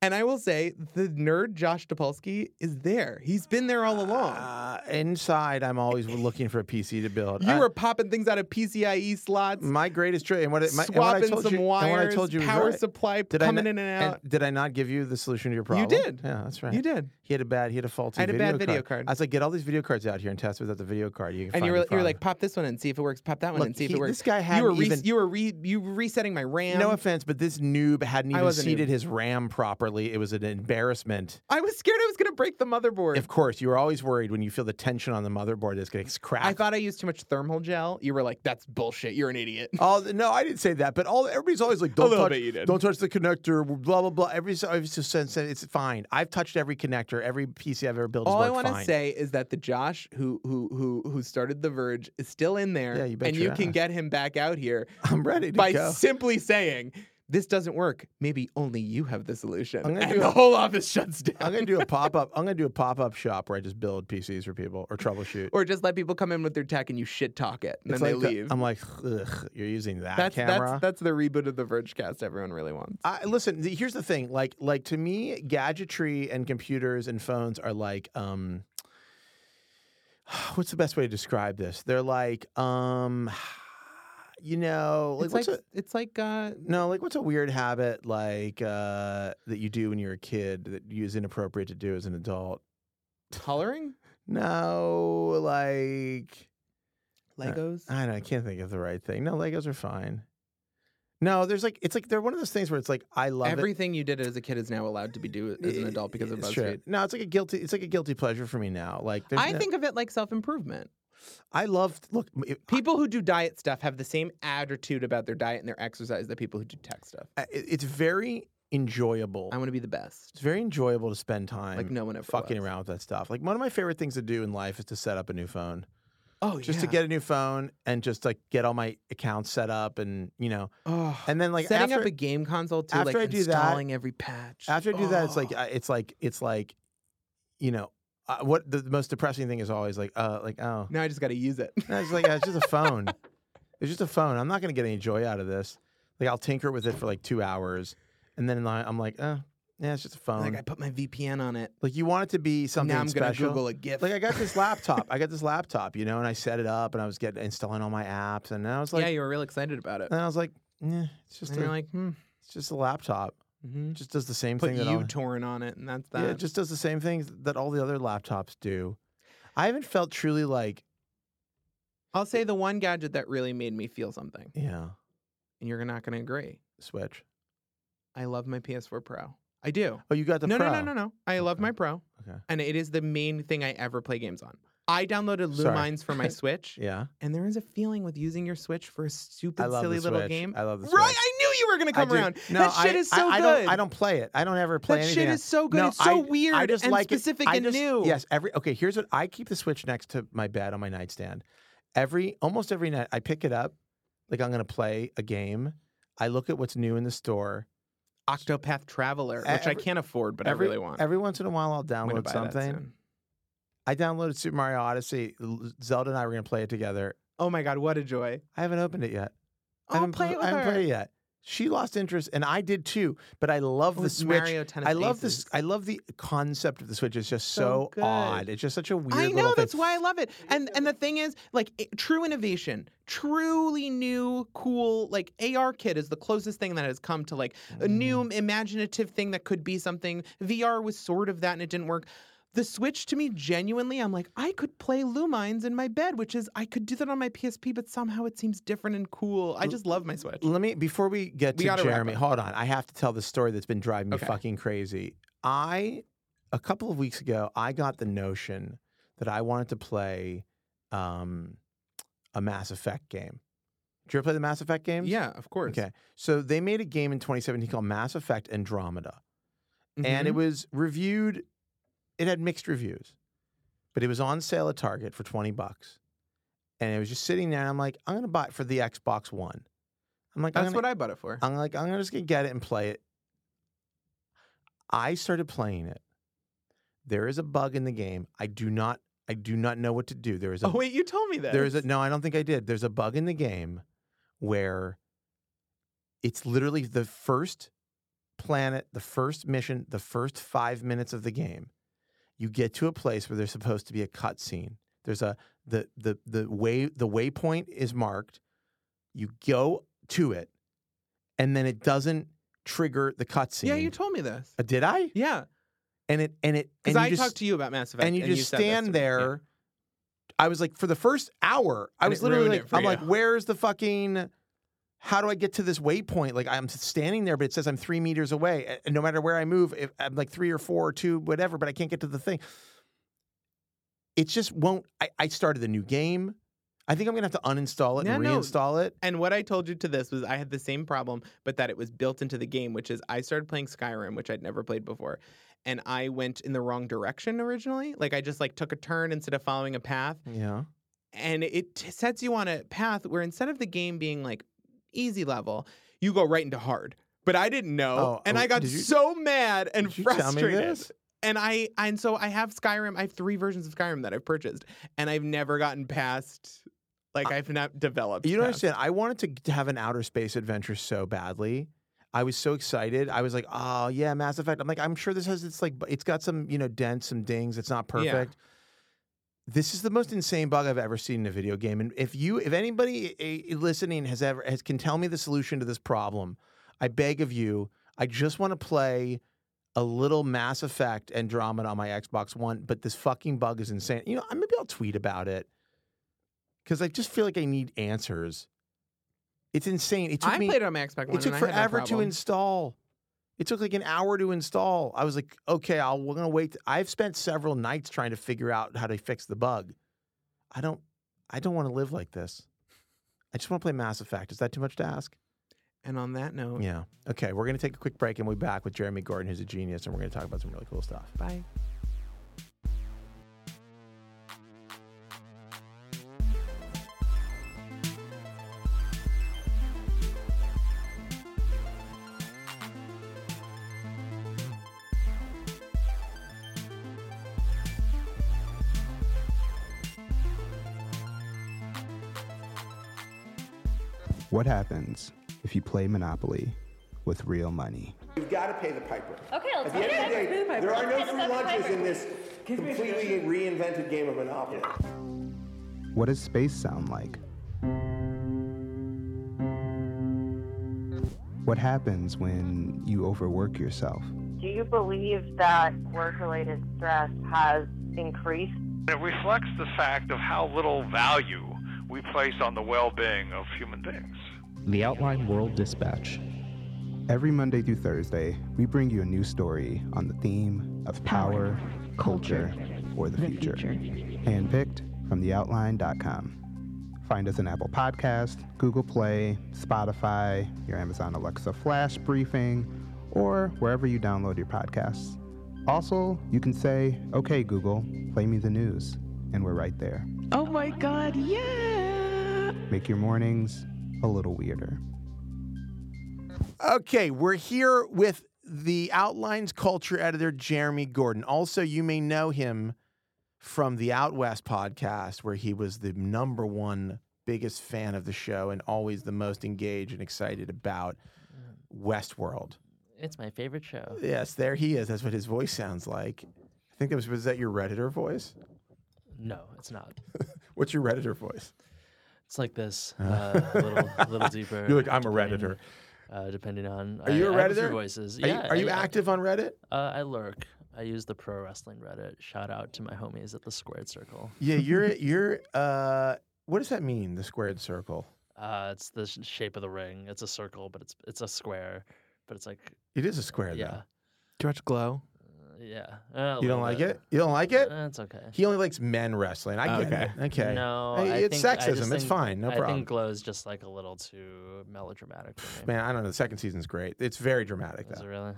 And I will say, the nerd Josh Topolsky is there. He's been there all along. Uh, inside, I'm always looking for a PC to build. You I- were popping things out of PCIE E slots, my greatest trick, and what, it- my, and what I swapping told some you, wires, and what I told you was power right. supply Did I coming not- in and And out. did I not give you the solution to your problem? did. Yeah, that's right. you did. He had a bad, he had a faulty. I had a video bad video card. I was like, get all these video cards out here and test without the video card. You can And find you the were, you were problem." like, pop this one and see if it works. Pop that one Look, and see if he- it works. this guy you were hadn't re- even- you were re- you were resetting my RAM. No offense, but this noob hadn't I even was a noob. seated his RAM properly. It was an embarrassment. I was scared I was going to break the motherboard. Of course, you were always worried when you feel the tension on the motherboard that's going to crack. I thought I used too much thermal gel. You were like, "That's bullshit. You're an idiot." all the- no, I didn't say that, but all everybody's always like, don't little touch, bit you did. don't touch the connector, blah blah blah. Every so every so- so- so- it's fine. I've touched every connector, every PC I've ever built. All I want to say is that the Josh who who who who started The Verge is still in there, Yeah, you bet and your you can ass. get him back out here I'm ready to by go. simply saying, "This doesn't work. Maybe only you have the solution," I'm gonna and do the a- whole office shuts I'm down. gonna do a pop up. I'm gonna do a pop up shop where I just build PCs for people or troubleshoot. Or just let people come in with their tech and you shit talk it, and It's then like they the- leave. I'm like, Ugh, you're using that that's camera. that's that's the reboot of The Verge cast everyone really wants. I, listen, the, here's the thing. Like, like to me, gadgetry and computers and phones are like, um, what's the best way to describe this? They're like, um, you know, like it's what's like a it's like uh, no, like what's a weird habit like uh, that you do when you're a kid that you is inappropriate to do as an adult? coloring No, like Legos. I don't. I can't think of the right thing. No, Legos are fine. No, there's like it's like they're one of those things where it's like I love it. Everything you did as a kid is now allowed to be do as an adult because of It's BuzzFeed. true. No, it's like a guilty. It's like a guilty pleasure for me now. Like there's I no- think of it like self improvement. I love. Look, m- it, People who do diet stuff have the same attitude about their diet and their exercise that people who do tech stuff. I- it- it's very enjoyable. I want to be the best, it's very enjoyable to spend time like no one ever fucking was. around with that stuff. Like one of my favorite things to do in life is to set up a new phone, Oh, just to yeah. get a new phone and just like get all my accounts set up and you know. oh, And then like setting after, up a game console too, after I like do that- installing every patch. after I do that, it's like Oh. uh, it's like it's like, you know, uh, what the, the most depressing thing is always like uh like oh now I just got to use it. And I was like, "Ah, it's just a phone. It's just a phone. I'm not going to get any joy out of this. Like, I'll tinker with it for like two hours. And then I- I'm like, uh, yeah, it's just a phone. like I Like, put my VPN on it. you want it to be Um, something now I'm gonna special. Google a GIF. like, I got this laptop. I got this laptop, you know, and I set it up and I was getting installing all my apps. And I was like, yeah, you were real excited about it. and I was like, yeah, it's just, and you're a, like, hmm. it's just a laptop. hmm It just does the same Put thing that all, uTorrent on it, and that's that. yeah, it just does the same things that all the other laptops do. I haven't felt truly like, I'll say the one gadget that really made me feel something, yeah, and you're not going to agree. Switch. I love my PS4 Pro. I do. Oh, you got the no, Pro. no, no, no, no. I love Okay. my Pro, Okay. and it is the main thing I ever play games on. I downloaded Sorry. Lumines for my Switch, Yeah. and there is a feeling with using your Switch for a stupid, I love silly the little Switch. game. I love the Right? Switch. I knew you were going to I come do- around. No, that I- shit is so I, I good. Don't, I don't play it. I don't ever play that anything. shit else. is so good. No, it's so I- weird I just and like it. specific I and just- new. Yes, every okay. Here's what I keep the Switch next to my bed on my nightstand. Every almost every night, I pick it up, like I'm gonna play a game. I look at what's new in the store. Octopath Traveler, which I Every- can't afford, but every, I really want. Every once in a while, I'll I'm gonna download buy that something. soon. I downloaded Super Mario Odyssey. L- Zelda and I were gonna play it together. Oh my god, what a joy! I haven't opened it yet. I I'll haven't, play pl- it with I haven't her. played it yet. She lost interest, and I did too. But I love the With Switch. Mario Tennis I love Aces. this. I love the concept of the Switch. It's just So so, good. odd. It's just such a weird. I little know thing. that's why I love it. And and the thing is, like it- true innovation, truly new, cool. Like AR kit is the closest thing that has come to like Mm. a new imaginative thing that could be something. VR was sort of that, and it didn't work. The Switch to me, genuinely, I'm like, I could play Lumines in my bed, which is I could do that on my PSP, but somehow it seems different and cool. I just love my Switch. Let me before we get We to gotta wrap Jeremy. up. Hold on, I have to tell the story that's been driving me Okay. fucking crazy. I a couple of weeks ago, I got the notion that I wanted to play um, a Mass Effect game. Did you ever play the Mass Effect games? Yeah, of course. Okay. So they made a game in 2017 called Mass Effect Andromeda. and it Mhm. was reviewed. It had mixed reviews, but it was on sale at Target for twenty bucks, and it was just sitting there. And I'm like, I'm gonna buy it for the Xbox One. I'm like, that's I'm, what gonna, I bought it for. I'm like, I'm just gonna get it and play it. I started playing it. There is a bug in the game. I do not I do not know what to do. There is a Oh wait, you told me this. There's a no, I don't think I did. There's a bug in the game where it's literally the first planet, the first mission, the first five minutes of the game. You get to a place where there's supposed to be a cutscene. There's a the the the way the waypoint is marked. You go to it, and then it doesn't trigger the cutscene. yeah, you told me this. Uh, did I? Yeah, And it and it and because you I just, talked to you about Mass Effect, and you just said this to stand me. Yeah. there. I was like, for the first hour, I And was it literally ruined like, it for I'm you. like, where's the fucking? How do I get to this waypoint? Like I'm standing there, but it says I'm three meters away, A- and no matter where I move, if, I'm like three or four or two, whatever, but I can't get to the thing. It just won't. I, I started a new game. I think I'm gonna have to uninstall it and No, no. reinstall it. And what I told you to this was I had the same problem, but that it was built into the game, which is I started playing Skyrim, which I'd never played before, and I went in the wrong direction originally. Like I just like took a turn instead of following a path, Yeah. and it t- sets you on a path where instead of the game being like easy level, you go right into hard. But I didn't know, Oh, and oh, I got did you- so mad and Did you tell me frustrated. this? And I and so I have Skyrim. I have three versions of Skyrim that I've purchased, and I've never gotten past. Like I've not developed. Uh, You don't past. understand. I wanted to g- have an outer space adventure so badly. I was so excited. I was like, oh yeah, Mass Effect. I'm like, I'm sure this has it's like b- it's got some, you know, dents, some dings. It's not Yeah. perfect. This is the most insane bug I've ever seen in a video game. And if you if anybody eh, listening has ever has can tell me the solution to this problem, I beg of you, I just want to play a little Mass Effect Andromeda on my Xbox One, but this fucking bug is insane. You know, maybe I'll tweet about it because I just feel like I need answers. It's insane. It took I me. played it on my Xbox One. it took and I had that forever to problem. install. It took like an hour to install. I was like, okay, I'll, we're gonna wait. I've spent several nights trying to figure out how to fix the bug. I don't. I don't want to live like this. I just want to play Mass Effect. Is that too much to ask? And on that note, Yeah. Okay, we're gonna take a quick break and we'll be back with Jeremy Gordon, who's a genius, and we're gonna talk about some really cool stuff. bye. What happens if you play Monopoly with real money? You've got to pay the piper. Okay, At let's the pay end the of the piper. Pay the day, piper. there are no Let's free pay the lunches piper. in this completely reinvented game of Monopoly. What does space sound like? What happens when you overwork yourself? Do you believe that work related stress has increased? It reflects the fact of how little value we place on the well being of human beings. The Outline World Dispatch. Every Monday through Thursday, we bring you a new story on the theme of power, culture, or the, future. Handpicked from theoutline.com. Find us on Apple Podcast, Google Play, Spotify, your Amazon Alexa Flash briefing, or wherever you download your podcasts. Also, you can say, "Okay Google, play me the news," and we're right there. Oh my god, yeah! Make your mornings a little weirder. Okay, we're here with the Outlines culture editor, Jeremy Gordon. Also, you may know him from the Out West podcast, where he was the number one biggest fan of the show and always the most engaged and excited about Westworld. It's my favorite show. Yes, there he is. That's what his voice sounds like. I think that was, was that your Redditor voice? No, it's not. What's your Redditor voice? It's like this, uh, a little, a little deeper. You're like, "I'm a depending- Redditor." Uh, depending on. Are you a I, I have a few Redditor? voices. Are you- yeah. are you I- active on Reddit? Uh, I lurk. I use the pro wrestling Reddit. Shout out to my homies at the Squared Circle. Yeah, you're, you're, uh, what does that mean, the squared circle? Uh, it's the sh- shape of the ring. It's a circle, but it's it's a square. But it's like It is a square, yeah, Do you watch Glow? uh, yeah. Uh, a though. You don't little like bit. it? You don't like it? Uh, it's okay. He only likes men wrestling. I get Okay. it. Okay. No, Hey, I it's think- I sexism. just It's think- fine. No I problem. think Glow's just like a little too melodramatic. For me. Man, I don't know. The second season's great. It's very dramatic Is it though. really?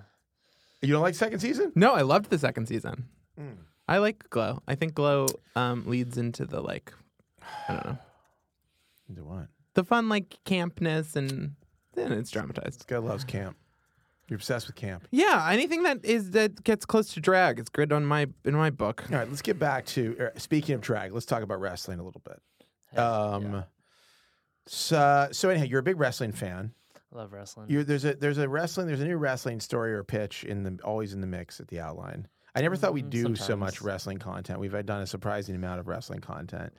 You don't like second season? No, I loved the second season. Mm. I like Glow. I think Glow um, leads into the like, I don't know, Into what? the fun like campness and then it's dramatized. This guy loves camp. You're obsessed with camp. Yeah, anything that is that gets close to drag is good on my in my book. All right, let's get back to er, speaking of drag. Let's talk about wrestling a little bit. Um, so, so anyhow, you're a big wrestling fan. I love wrestling. You're, there's a there's a wrestling there's a new wrestling story or pitch in the always in the mix at the outline. I never thought we'd Mm, do so much sometimes. wrestling content. We've uh, done a surprising amount of wrestling content.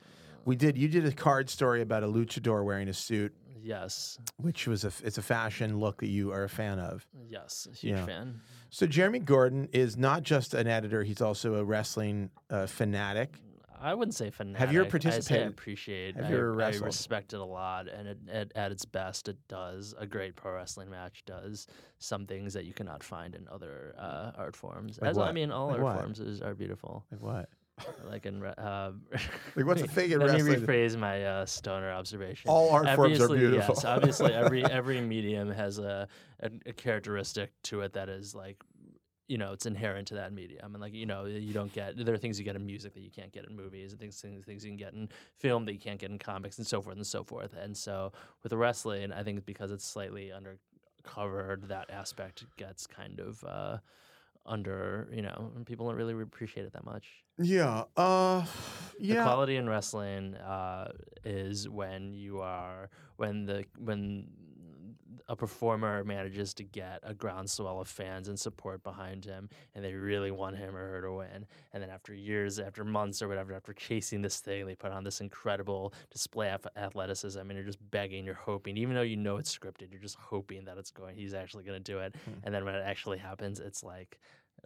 We Mm-hmm. did. You did a card story about a luchador wearing a suit, yes, which was a f- it's a fashion look that you are a fan of. Mm-hmm. yes, huge Yeah. fan. So Jeremy Gordon is not just an editor; he's also a wrestling uh, fanatic. I wouldn't say fanatic. you ever I say I participated? appreciate. Have I, you ever I wrestled? respect it a lot, and it, it, at its best, it does a great pro wrestling match. Does some things that you cannot find in other uh, art forms. Like As I what? mean, all Like art what? forms is, are beautiful. Like what? Like in re- uh, Like what's the thing in Let wrestling? me rephrase my uh, stoner observation. All art forms are Obviously, beautiful. Yes, obviously, every every medium has a, a a characteristic to it that is like, you know, it's inherent to that medium, and like you know, you don't get there are things you get in music that you can't get in movies, and things things, things you can get in film that you can't get in comics, and so forth and so forth. And so with wrestling, I think because it's slightly under covered, that aspect gets kind of. Uh, under you know, and people don't really appreciate it that much. Yeah. Uh, The yeah. quality in wrestling uh, is when you are when the when a performer manages to get a groundswell of fans and support behind him, and they really want him or her to win. And then after years, after months or whatever, after chasing this thing, they put on this incredible display of athleticism, and you're just begging, you're hoping, even though you know it's scripted, you're just hoping that it's going. He's actually going to do it. And then when it actually happens, it's like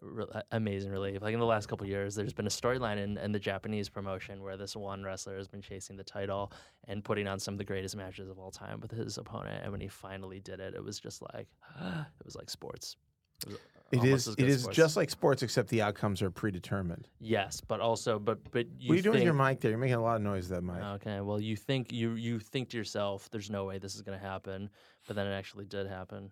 re- a- amazing relief. Like in the last couple years, there's been a storyline in, in the Japanese promotion where this one wrestler has been chasing the title and putting on some of the greatest matches of all time with his opponent. And when he finally did it, it was just like it was like sports. It, was uh, It almost is. as It good as is sports. just like sports, except the outcomes are predetermined. yes, but also but but you what are you doing with your think- Uh, mic there? You're making a lot of noise. with That mic. Okay, well you think you you think to yourself, there's no way this is gonna happen, but then it actually did happen.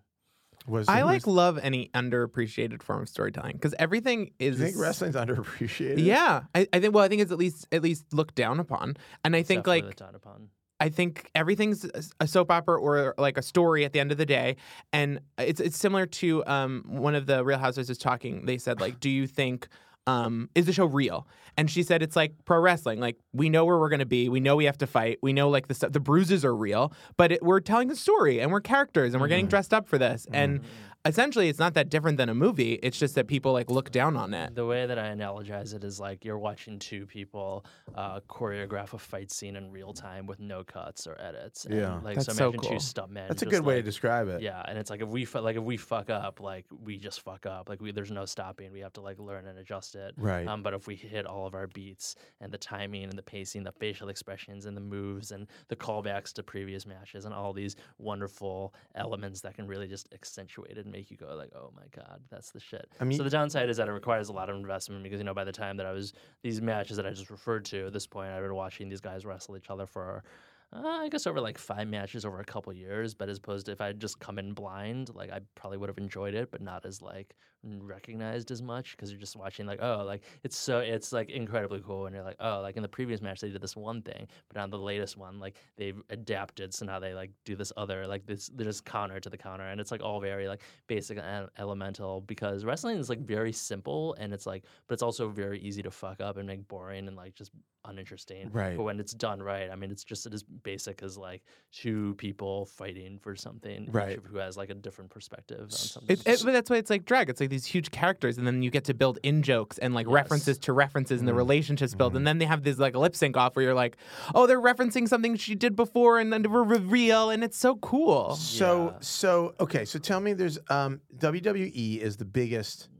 was I who like was- love any underappreciated form of storytelling because everything Do is you think wrestling's underappreciated? Yeah, I, I think. Well, I think it's at least at least looked down upon, and I think Definitely like looked down upon. I think everything's a soap opera or like a story at the end of the day, and it's it's similar to um, one of the Real Housewives was talking. They said like, "Do you think um, is the show real?" And she said it's like pro wrestling. Like we know where we're gonna be, we know we have to fight, we know like the stuff, the bruises are real, but it, we're telling a story and we're characters and we're Mm-hmm. getting dressed up for this. And essentially, it's not that different than a movie. It's just that people like look down on it. The way that I analogize it is like you're watching two people uh, choreograph a fight scene in real time with no cuts or edits. And, Yeah. like That's so. so Imagine two cool. stuntmen. That's a just, good way to like- describe it. Yeah, and it's like if we fu- like if we fuck up, like we just fuck up. Like we there's no stopping. We have to like learn and adjust it. Right. Um, but if we hit all of our beats and the timing and the pacing, the facial expressions and the moves and the callbacks to previous matches and all these wonderful elements that can really just accentuate it and make you go like, oh my god, that's the shit. I mean- so the downside is that it requires a lot of investment because you know by the time that I was these matches that I just referred to at this point, I've been watching these guys wrestle each other for. Uh, I guess over like five matches over a couple years, but as opposed to if I had just come in blind, like I probably would have enjoyed it, but not as like n- recognized as much because you're just watching like oh like it's so it's like incredibly cool and you're like oh like in the previous match they did this one thing, but on the latest one like they've adapted so now they like do this other like this there's counter to the counter and it's like all very like basic and e- elemental because wrestling is like very simple and it's like but it's also very easy to fuck up and make boring and like just uninteresting. Right. But when it's done right, I mean, it's just as basic as like two people fighting for something, each Right. of Who has like a different perspective on something. It, it, but that's why it's like drag. It's like these huge characters, and then you get to build in jokes and like Yes. Mm-hmm. references to references, and the relationships build. And then they have this like lip sync off where you're like, oh, they're referencing something she did before, and then we're real, and it's so cool. So Yeah. so okay. So tell me, there's um, WWE is the biggest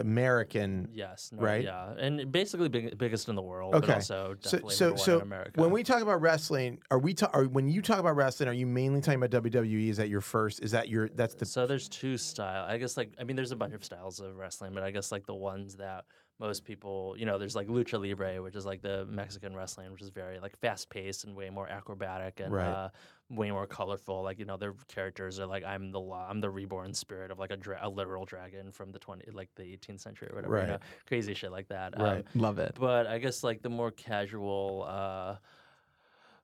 American. yes, no, right? Yeah, and basically big, biggest in the world. Okay. but also So definitely so number one so in America. when we talk about wrestling, are we ta- are when you talk about wrestling, are you mainly talking about WWE? Is that your first? Is that your that's the so there's two style. I guess like I mean there's a bunch of styles of wrestling, but I guess like the ones that most people you know there's like lucha libre, which is like the Mexican wrestling, which is very like fast paced and way more acrobatic and Right. uh, way more colorful. Like you know their characters are like I'm the law, I'm the reborn spirit of like a, dra- a literal dragon from the twenty like the 18th century or whatever. You Right. know? Crazy shit like that. Right. Um, Love it. but I guess like the more casual uh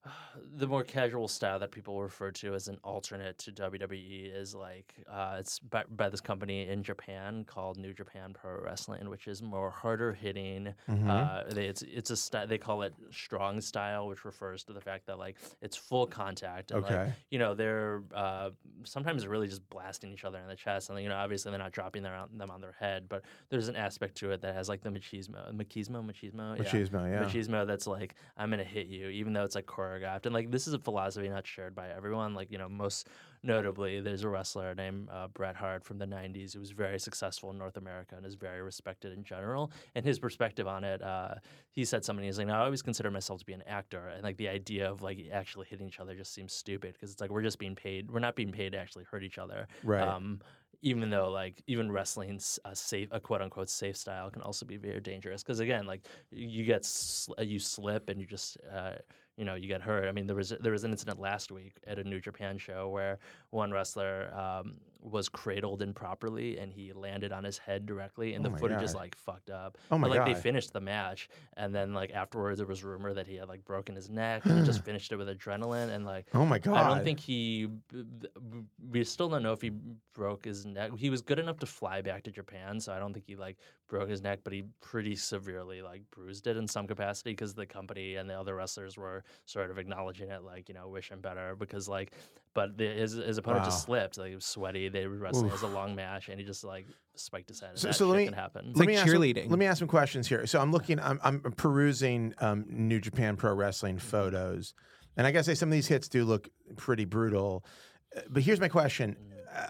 the more casual style that people refer to as an alternate to WWE is like uh, it's by, by this company in Japan called New Japan Pro Wrestling, which is more harder hitting. Mm-hmm. Uh, they, it's it's a sty they call it strong style, which refers to the fact that like it's full contact. And, like, Okay. you know they're uh, sometimes really just blasting each other in the chest, and you know obviously they're not dropping their, them on their head, but there's an aspect to it that has like the machismo, machismo, machismo, yeah Machismo, yeah. machismo that's like I'm gonna hit you, even though it's like choreographed. And like this is a philosophy not shared by everyone. Like you know, most notably, there's a wrestler named uh, Bret Hart from the '90s who was very successful in North America and is very respected in general. And his perspective on it, uh, he said something. He's like, "No, I always consider myself to be an actor, and like the idea of like actually hitting each other just seems stupid because it's like we're just being paid. We're not being paid to actually hurt each other. Right. Um, even though like even wrestling's a safe a quote unquote safe style can also be very dangerous because again like you get sl- uh, you slip and you just uh, you know you get hurt. I mean there was there was an incident last week at a New Japan show where one wrestler um, was cradled improperly and he landed on his head directly and Oh the my footage is God. like fucked up. Oh my but, like they God. finished the match and then like afterwards there was rumor that he had like broken his neck and they just finished it with adrenaline and like Oh my god. I don't think he. b- b- We still don't know if he broke his neck. He was good enough to fly back to Japan, so I don't think he like broke his neck, but he pretty severely like bruised it in some capacity because the company and the other wrestlers were sort of acknowledging it, like you know, wish him better because like, but the, his his opponent just slipped. Like he was sweaty. They were wrestling. It was a long match, and he just like spiked his head. And So- that so let shit me- can happen. Let like me ask some- cheerleading. let me ask some questions here. So I'm looking, I'm, I'm perusing um, New Japan Pro Wrestling photos, and I gotta say some of these hits do look pretty brutal. Uh, But here's my question: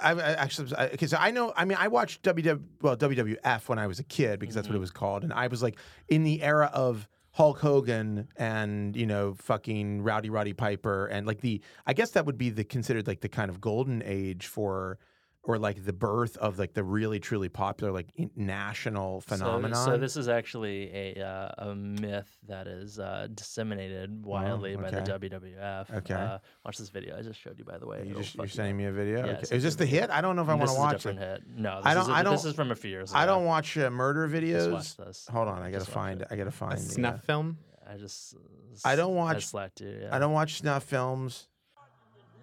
I, I actually, because I know, I mean, I watched WW, well WWF when I was a kid because that's what it Mm-hmm. was called, and I was like in the era of Hulk Hogan and you know fucking Rowdy Roddy Piper and like the, I guess that would be the considered like the kind of golden age for or like the birth of like the really truly popular like in- national So- phenomenon. So, this is actually a uh, a myth that is uh, disseminated widely Oh, okay. by the WWF. Okay. Uh, watch this video I just showed you, by the way. you It'll just, fuck you're you sending up. me a video. Yeah, I okay. sent Is you this a the hit? I don't know if I want to This is a watch it. different hit. No, this I Is don't- a- I This don't- is from a few years ago. I don't watch uh, murder Just videos. watch this. Hold on, I gotta Just watch find. I gotta find. A the, uh, snuff film. I just. I don't I watch- slacked you. Yeah. I don't watch snuff films.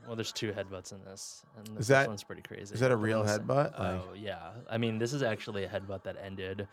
Well, there's two headbutts in this, and the Is first that- one's pretty crazy. is that a The real one's- headbutt? Oh Like- yeah. I mean, this is actually a headbutt that ended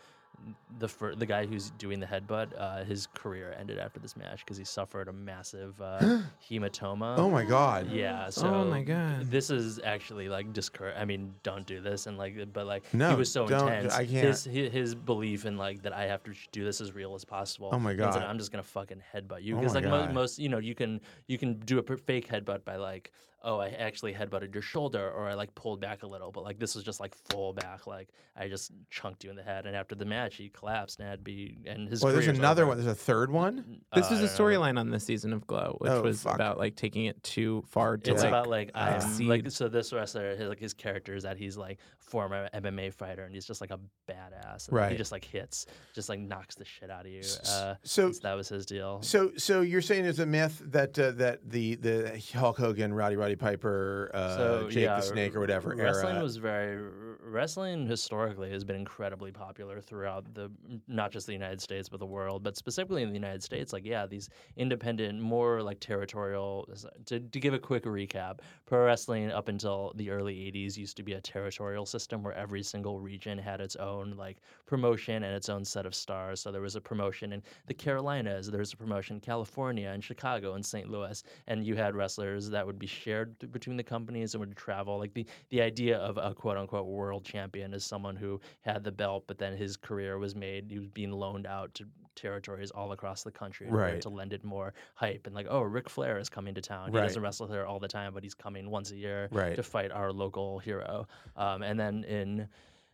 the fir- the guy who's doing the headbutt. Uh, his career ended after this match because he suffered a massive uh, hematoma. Oh my god. Yeah. So Oh my God. This is actually like discour. I mean, don't do this. And like, but like, No, he was so don't- intense. I can't. His, hi- his belief in like that I have to sh- do this as real as possible. Oh my means that God. I'm just gonna fucking headbutt you Oh because my like mo- God. most, you know, you can you can do a per- fake headbutt by like, oh, I actually headbutted your shoulder or I like pulled back a little, but like this was just like full back, like I just chunked you in the head. And after the match, he collapsed and had be and his. Well, there's career's another over. one. There's a third one. Uh, This I was a don't know. storyline on this season of Glow, which Oh, was fuck. about like taking it too far to It's like, about like I'm like exceed- so this wrestler his like his character is that he's like former MMA fighter and he's just like a badass. And, like, Right. He just like hits, just like knocks the shit out of you. S- Uh, so- that was his deal. So, so you're saying there's a myth that uh, that the the Hulk Hogan, Rowdy Roddy Piper, uh, So, Jake yeah, the Snake, or whatever Wrestling era. was very wrestling historically has been incredibly popular throughout the not just the United States but the world, but specifically in the United States. Like yeah, these independent, more like territorial. To, to give a quick recap, pro wrestling up until the early '80s used to be a territorial system where every single region had its own like promotion and its own set of stars. So there was a promotion in the Carolinas, there was a promotion in California and Chicago and St. Louis, and you had wrestlers that would be shared t- between the companies and would travel. Like the the idea of a quote unquote world champion is someone who had the belt, but then his career was made. He was being loaned out to territories all across the country in order Right. to lend it more hype and like, oh, Ric Flair is coming to town. He Right. doesn't wrestle here all the time, but he's coming once a year Right. to fight our local hero. Um, and then in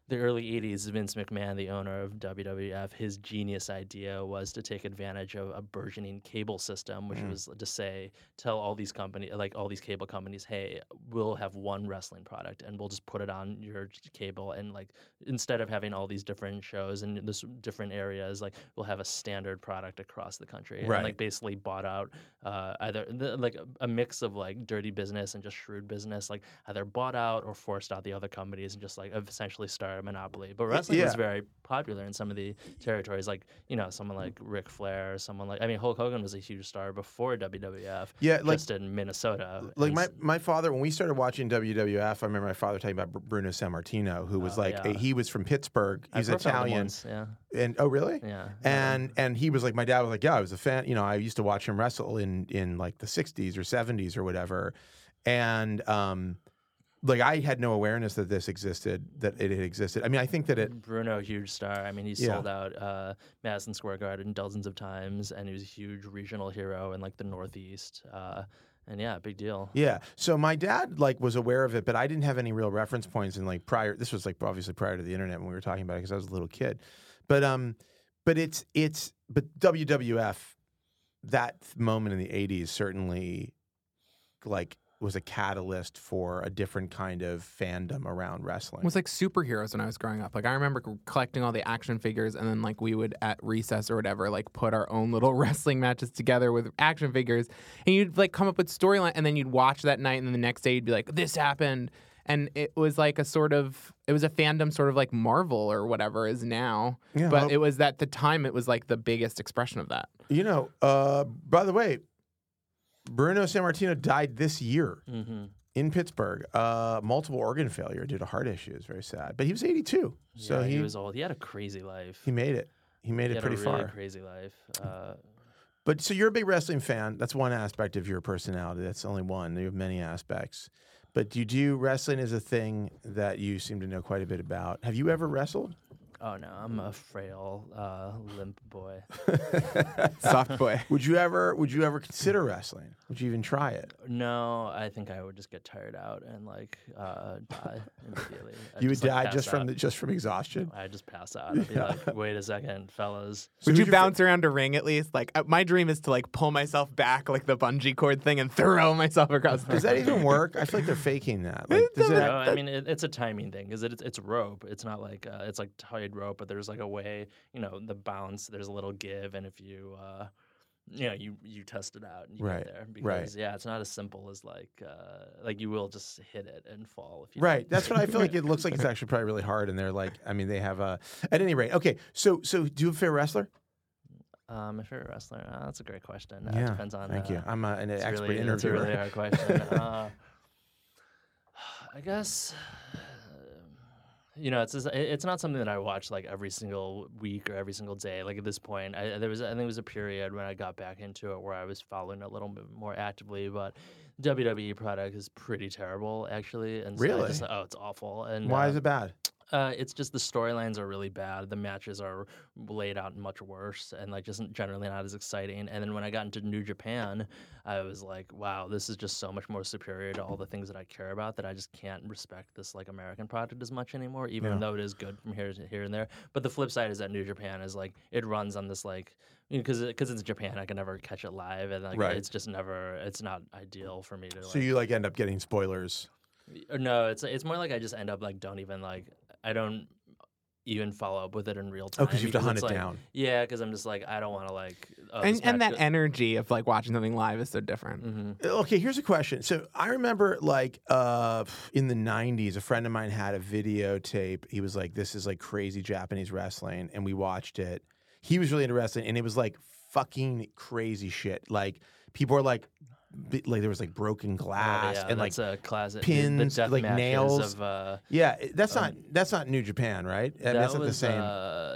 the early 80s, Vince McMahon, the owner of WWF, his genius idea was to take advantage of a burgeoning cable system, which was to say, tell all these company, like all these cable companies, hey, we'll have one wrestling product and we'll just put it on your j- cable. And like instead of having all these different shows in this different areas, like we'll have a standard product across the country. Right. And like basically bought out uh, either the, like a- a mix of like dirty business and just shrewd business, like either bought out or forced out the other companies and just like essentially started are a monopoly, but wrestling was yeah. very popular in some of the territories. Like you know, Mm. someone like Ric Flair, someone like I mean, Hulk Hogan was a huge star before WWF. Yeah, like- just in Minnesota. Like and my, s- my father, when we started watching WWF, I remember my father talking about Br- Bruno Sammartino, who was Oh, like, yeah. he was from Pittsburgh. I He's profiled him Italian. once, Yeah, And oh, really? yeah. and and he was like my dad was like yeah i was a fan you know i used to watch him wrestle in in like the 60s or 70s or whatever and um like i had no awareness that this existed that it had existed i mean i think that it Bruno, huge star. I mean, he Yeah. sold out uh, Madison Square Garden dozens of times, and he was a huge regional hero in like the Northeast. Uh, and yeah, big deal. yeah so my dad like was aware of it but i didn't have any real reference points and like prior this was like obviously prior to the internet when we were talking about it because i was a little kid but um but it's it's but wwf that moment in the 80s certainly like was a catalyst for a different kind of fandom around wrestling. It was like superheroes when I was growing up. Like I remember c- collecting all the action figures, and then like we would at recess or whatever, like put our own little wrestling matches together with action figures, and you'd like come up with storyline, and then you'd watch that night, and then the next day you'd be like, "This happened," and it was like a sort of, it was a fandom sort of like Marvel or whatever is now, Yeah, but well- it was at the time it was like the biggest expression of that. you know, uh, by the way, Bruno Sammartino died this year Mm-hmm. in Pittsburgh. Uh, multiple organ failure due to heart issues. Very sad. But he was 82, so yeah, he he, he, was old. He had a crazy life. made it. He made He it had pretty a really far. Crazy life. Uh, But so you're a big wrestling fan. That's one aspect of your personality. That's only one. You have many aspects. But you do wrestling is a thing that you seem to know quite a bit about. Have you ever wrestled? oh no, I'm a frail, uh, limp boy. Soft boy. Would you ever would you ever consider wrestling? Would you even try it? No, I think I would just get tired out and like uh, die immediately. I'd you would like, die pass just from out. the, just from exhaustion. I'd just pass out. I'd be like, wait a second, fellas. So Would who's your you fa- bounce around a ring at least? Like uh, my dream is to like pull myself back like the bungee cord thing and throw myself across. the Does that ring. even work? I feel like they're faking that. Like, does No, it, I mean it, it's a timing thing because it, it's it's rope. It's not like uh, it's like tied rope, but there's like a way you know the bounce. There's a little give, and if you uh, you know you you test it out and you Right, get there because right. yeah, it's not as simple as like uh, like you will just hit it and fall if you Right. don't. That's what I feel like. It looks like it's actually probably really hard. And they're like, I mean, they have a. At any rate, okay. So, so do you have a fair wrestler? Uh, my favorite wrestler. Uh, that's a great question. Uh, Yeah, It depends on. Thank uh, you. I'm a, an it's expert really, that's a interviewer. really hard question. uh, I guess. You know, it's just, it- it's not something that I watch like every single week or every single day. Like at this point, I, there was I think it was a period when I got back into it where I was following it a little bit more actively. But WWE product is pretty terrible, actually. And so I Really? just- oh, it's awful. And Why uh, is it bad? uh, it's just the storylines are really bad. The matches are laid out much worse, and like just generally not as exciting. And then when I got into New Japan, I was like, wow, this is just so much more superior to all the things that I care about that I just can't respect this like American product as much anymore, even Yeah. though it is good from here to here and there. But the flip side is that New Japan is like it runs on this like because because it's Japan, I can never catch it live, and like Right. it's just never it's not ideal for me to. So like, you like end up getting spoilers. or No, it's it's more like I just end up like don't even like I don't even follow up with it in real time. Oh, 'cause you have to hunt it's, it like- down. Yeah, because I'm just like I don't want to like. Oh, and and that energy of like watching something live is so different. hmm Okay, here's a question. So I remember like uh, in the 90s, a friend of mine had a videotape. He was like, this is like crazy Japanese wrestling. And we watched it. He was really into wrestling and it was like fucking crazy shit. Like people were like, bi- like there was like broken glass and like, Oh, that's a classic the- pins, the death like, matches nails. Of, uh, yeah, it- that's not, that's not New Japan, right? I mean, that that's not was the same. Uh,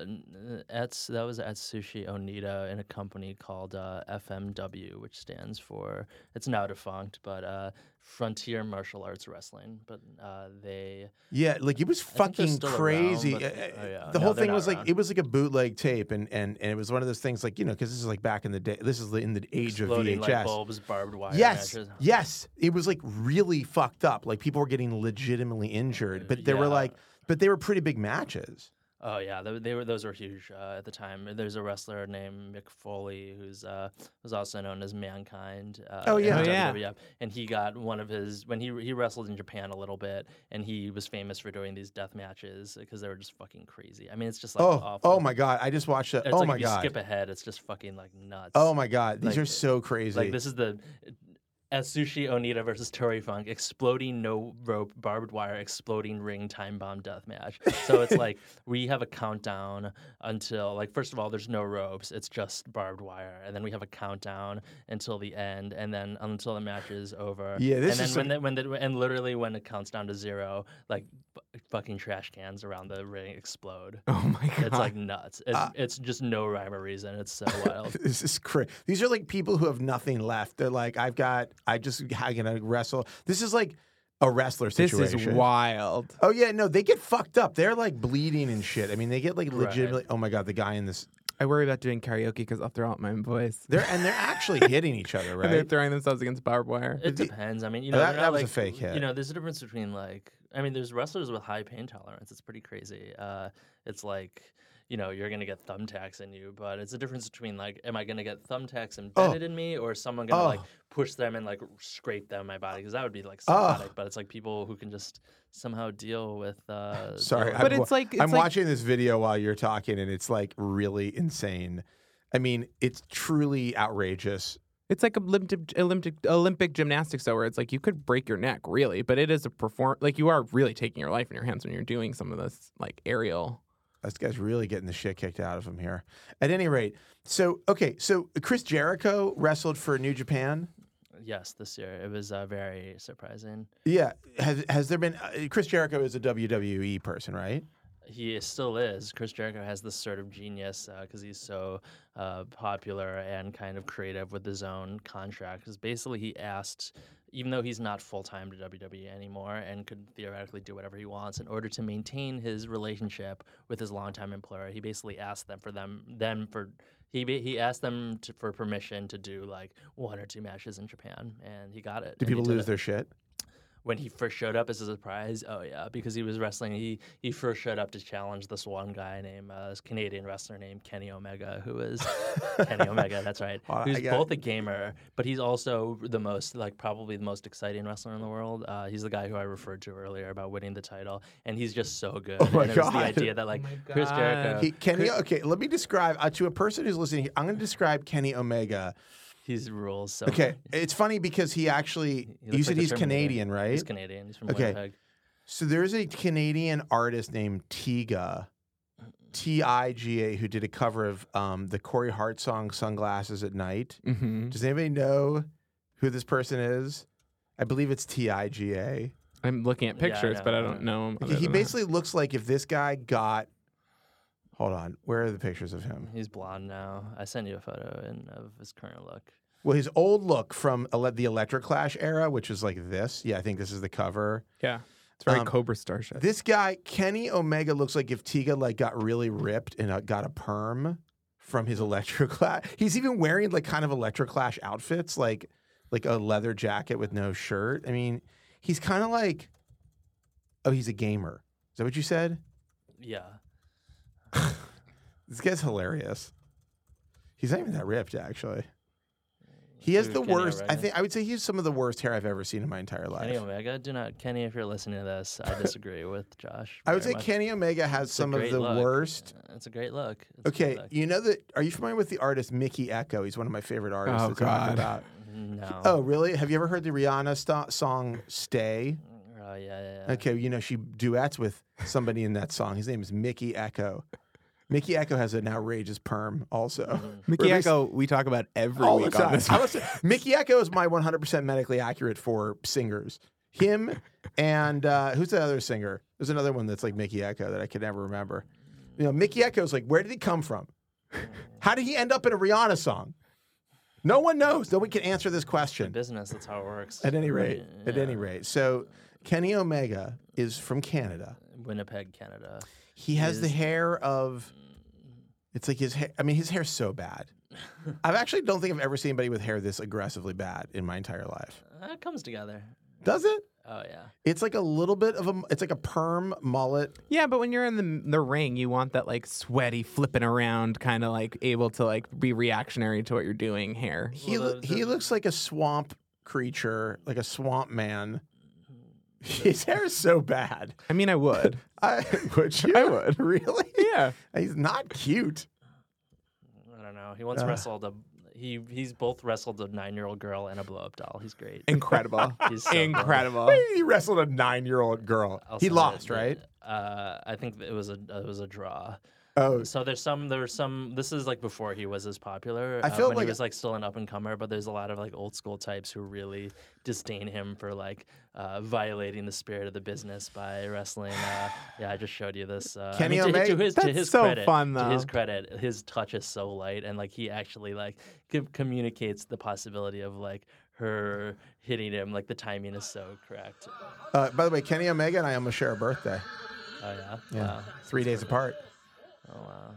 n- Ats- that was Atsushi Onita in a company called uh, FMW, which stands for it's now defunct, but uh, Frontier Martial Arts Wrestling. But uh, they Yeah, like it was think they're fucking still around, crazy. but- Uh, oh, yeah. The No, whole they're thing not was like around. it was like a bootleg tape, and and and it was one of those things like you know because this is like back in the day. This is in the age of exploding VHS. like bulbs, barbed wire. yes, matches. yes, it was like really fucked up. Like people were getting legitimately injured, but they were yeah. like, but they were pretty big matches. Oh yeah, they, they were those were huge uh, at the time. There's a wrestler named Mick Foley who's uh, was also known as Mankind. Uh, Oh, yeah. in Oh, yeah. WWF, and he got one of his when he he wrestled in Japan a little bit, and he was famous for doing these death matches because they were just fucking crazy. I mean, it's just like oh, awful. oh my god! I just watched that. It's oh like my if you god! skip ahead, it's just fucking like nuts. oh my god! These Like, are so crazy. Like this is the Atsushi Onita versus Tori Funk, exploding no rope, barbed wire, exploding ring time bomb death match. So it's like we have a countdown until like first of all, there's no ropes, it's just barbed wire, and then we have a countdown until the end, and then until the match is over. Yeah, this and then is when some- the, when the, and literally when it counts down to zero, like f- fucking trash cans around the ring explode. Oh my god. It's like nuts. It's, Ah. it's just no rhyme or reason. It's so wild. This is crazy. These are like people who have nothing left. They're like, I've got, I just, I gotta wrestle. This is like a wrestler This situation. is wild. Oh yeah, no, they get fucked up. They're like bleeding and shit. I mean, they get like Right. legitimately. Oh my god, the guy in this. I worry about doing karaoke because I'll throw out my own voice. They're and they're actually hitting each other, And they're right? throwing themselves against barbed wire. It the- depends. I mean, you Oh, know, that- that they're not, was a like- fake hit. You know, there's a difference between like, I mean, there's wrestlers with high pain tolerance. It's pretty crazy. Uh, it's like, you know, you're gonna get thumbtacks in you, but it's a difference between like, am I gonna get thumbtacks embedded in me, or is someone gonna like Oh. push them and like scrape them in my body? Because that would be like Oh. psychotic. But it's like people who can just somehow deal with. Uh, deal Sorry, with I'm But wa- it's like- it's I'm like- watching this video while you're talking, and it's like really insane. I mean, it's truly outrageous. It's like Olympic, Olympic Olympic gymnastics, though, where it's like you could break your neck, really. But it is a perform like you are really taking your life in your hands when you're doing some of this like aerial. This guy's really getting the shit kicked out of him here. At any rate, so okay, so Chris Jericho wrestled for New Japan. Yes, this year it was uh, very surprising. Yeah, has has there been uh, Chris Jericho is a WWE person, right? He is- still is. Chris Jericho has this sort of genius because he's so uh, popular and kind of creative with his own contract. Because basically, he asked, even though he's not full time to WWE anymore and could theoretically do whatever he wants, in order to maintain his relationship with his longtime employer, he basically asked them for them them for. He, ba- he asked them to, for permission to do like one or two matches in Japan, and he got it. Do and he people did lose it their shit? when he first showed up as a surprise. Oh yeah, because he was wrestling. He he first showed up to challenge this one guy named uh, this Canadian wrestler named Kenny Omega, who is Kenny Omega. That's right. Hold on, I Who's got- both a gamer, but he's also the most like probably the most exciting wrestler in the world. Uh, he's the guy who I referred to earlier about winning the title, and he's just so good. Oh, my and it was the God. idea that like Oh my Chris God. Jericho, He, Kenny, okay, let me describe uh, to a person who's listening. I'm going to describe Kenny Omega. he's rules. So Okay, it's funny because he actually he looks you said like the he's Terminator. Canadian, right? He's Canadian. He's from Okay. Winnipeg. So there's a Canadian artist named Tiga, T I G A, who did a cover of um, the Corey Hart song "Sunglasses at Night." Mm-hmm. Does anybody know who this person is? I believe it's T I G A. I'm looking at Yeah, I pictures, know, but I I don't know. him other He than that. basically looks like if this guy got. Hold on, where are the pictures of him? He's blonde now. I sent you a photo in, of his current look. Well, his old look from ele- the Electric Clash era, which is like this. Yeah, I think this is the cover. yeah, it's very um, Cobra Star shit. This guy Kenny Omega looks like if Tiga like got really ripped and uh, got a perm from his Electric Clash. He's even wearing like kind of Electric Clash outfits, like like a leather jacket with no shirt. I mean, he's kind of like, oh, he's a gamer. Is that what you said? Yeah. This guy's hilarious. He's not even that ripped, actually. He has Who, the Kenny worst. I Omega? think I would say he's some of the worst hair I've ever seen in my entire life. Kenny Omega, do not, Kenny, if you're listening to this, I disagree with Josh. I would say very much. Kenny Omega has It's a some of great the look. worst. Uh, It's a great look. It's a Okay, great look. you know that? Are you familiar with the artist Mickey Echo? He's one of my favorite artists. Oh, to talk God. about. Mm, No. Oh, really? Have you ever heard the Rihanna sto- song "Stay"? Oh, yeah, yeah, yeah. Okay, you know she duets with somebody in that song. His name is Mickey Echo. Mickey Echo has an outrageous perm, also. Mm. Mickey Release- Echo, we talk about every All the week on time. this. I must say, Mickey Echo is my 100% medically accurate for singers. Him and uh, who's that other singer? There's another one that's like Mickey Echo that I can never remember. You know, Mickey Echo's like, where did he come from? How did he end up in a Rihanna song? No one knows. No one can answer this question. Business, that's how it works. At any rate, at any Yeah. rate. So Kenny Omega is from Canada. Winnipeg, Canada. He has the Is- hair of. It's like his hair. I mean, his hair's so bad. I actually don't think I've ever seen anybody with hair this aggressively bad in my entire life. Uh, it comes together. Does it? Oh, yeah. It's like a little bit of a. It's like a perm mullet. yeah, but when you're in the the ring, you want that like sweaty, flipping around, kind of like able to like be reactionary to what you're doing here. He Well, loo- the- he the- looks like a swamp creature, like a swamp man. His hair is so bad. I mean, I would. I would you? I would really. yeah. He's not cute. I don't know. He once Uh. wrestled a. He he's both wrestled a nine year old girl and a blow up doll. He's great. Incredible. He's so good. Incredible. he wrestled a nine-year-old girl. I'll he send lost, it. right? Uh, I think it was a it was a draw. Oh, So there's some there's some this is like before he was as popular. I uh, feel when like- he was like still an up and comer, but there's a lot of like old school types who really disdain him for like uh, violating the spirit of the business by wrestling. Uh, yeah, I just showed you this. Uh, I Kenny mean, to, hi- to Omega- his, to that's his so credit, fun, To his though. credit, his touch is so light, and like he actually like com- communicates the possibility of like her hitting him. Like the timing is so correct. uh, by the way, Kenny Omega and I almost share a birthday. Oh yeah. Yeah, Wow. three days apart. Oh wow.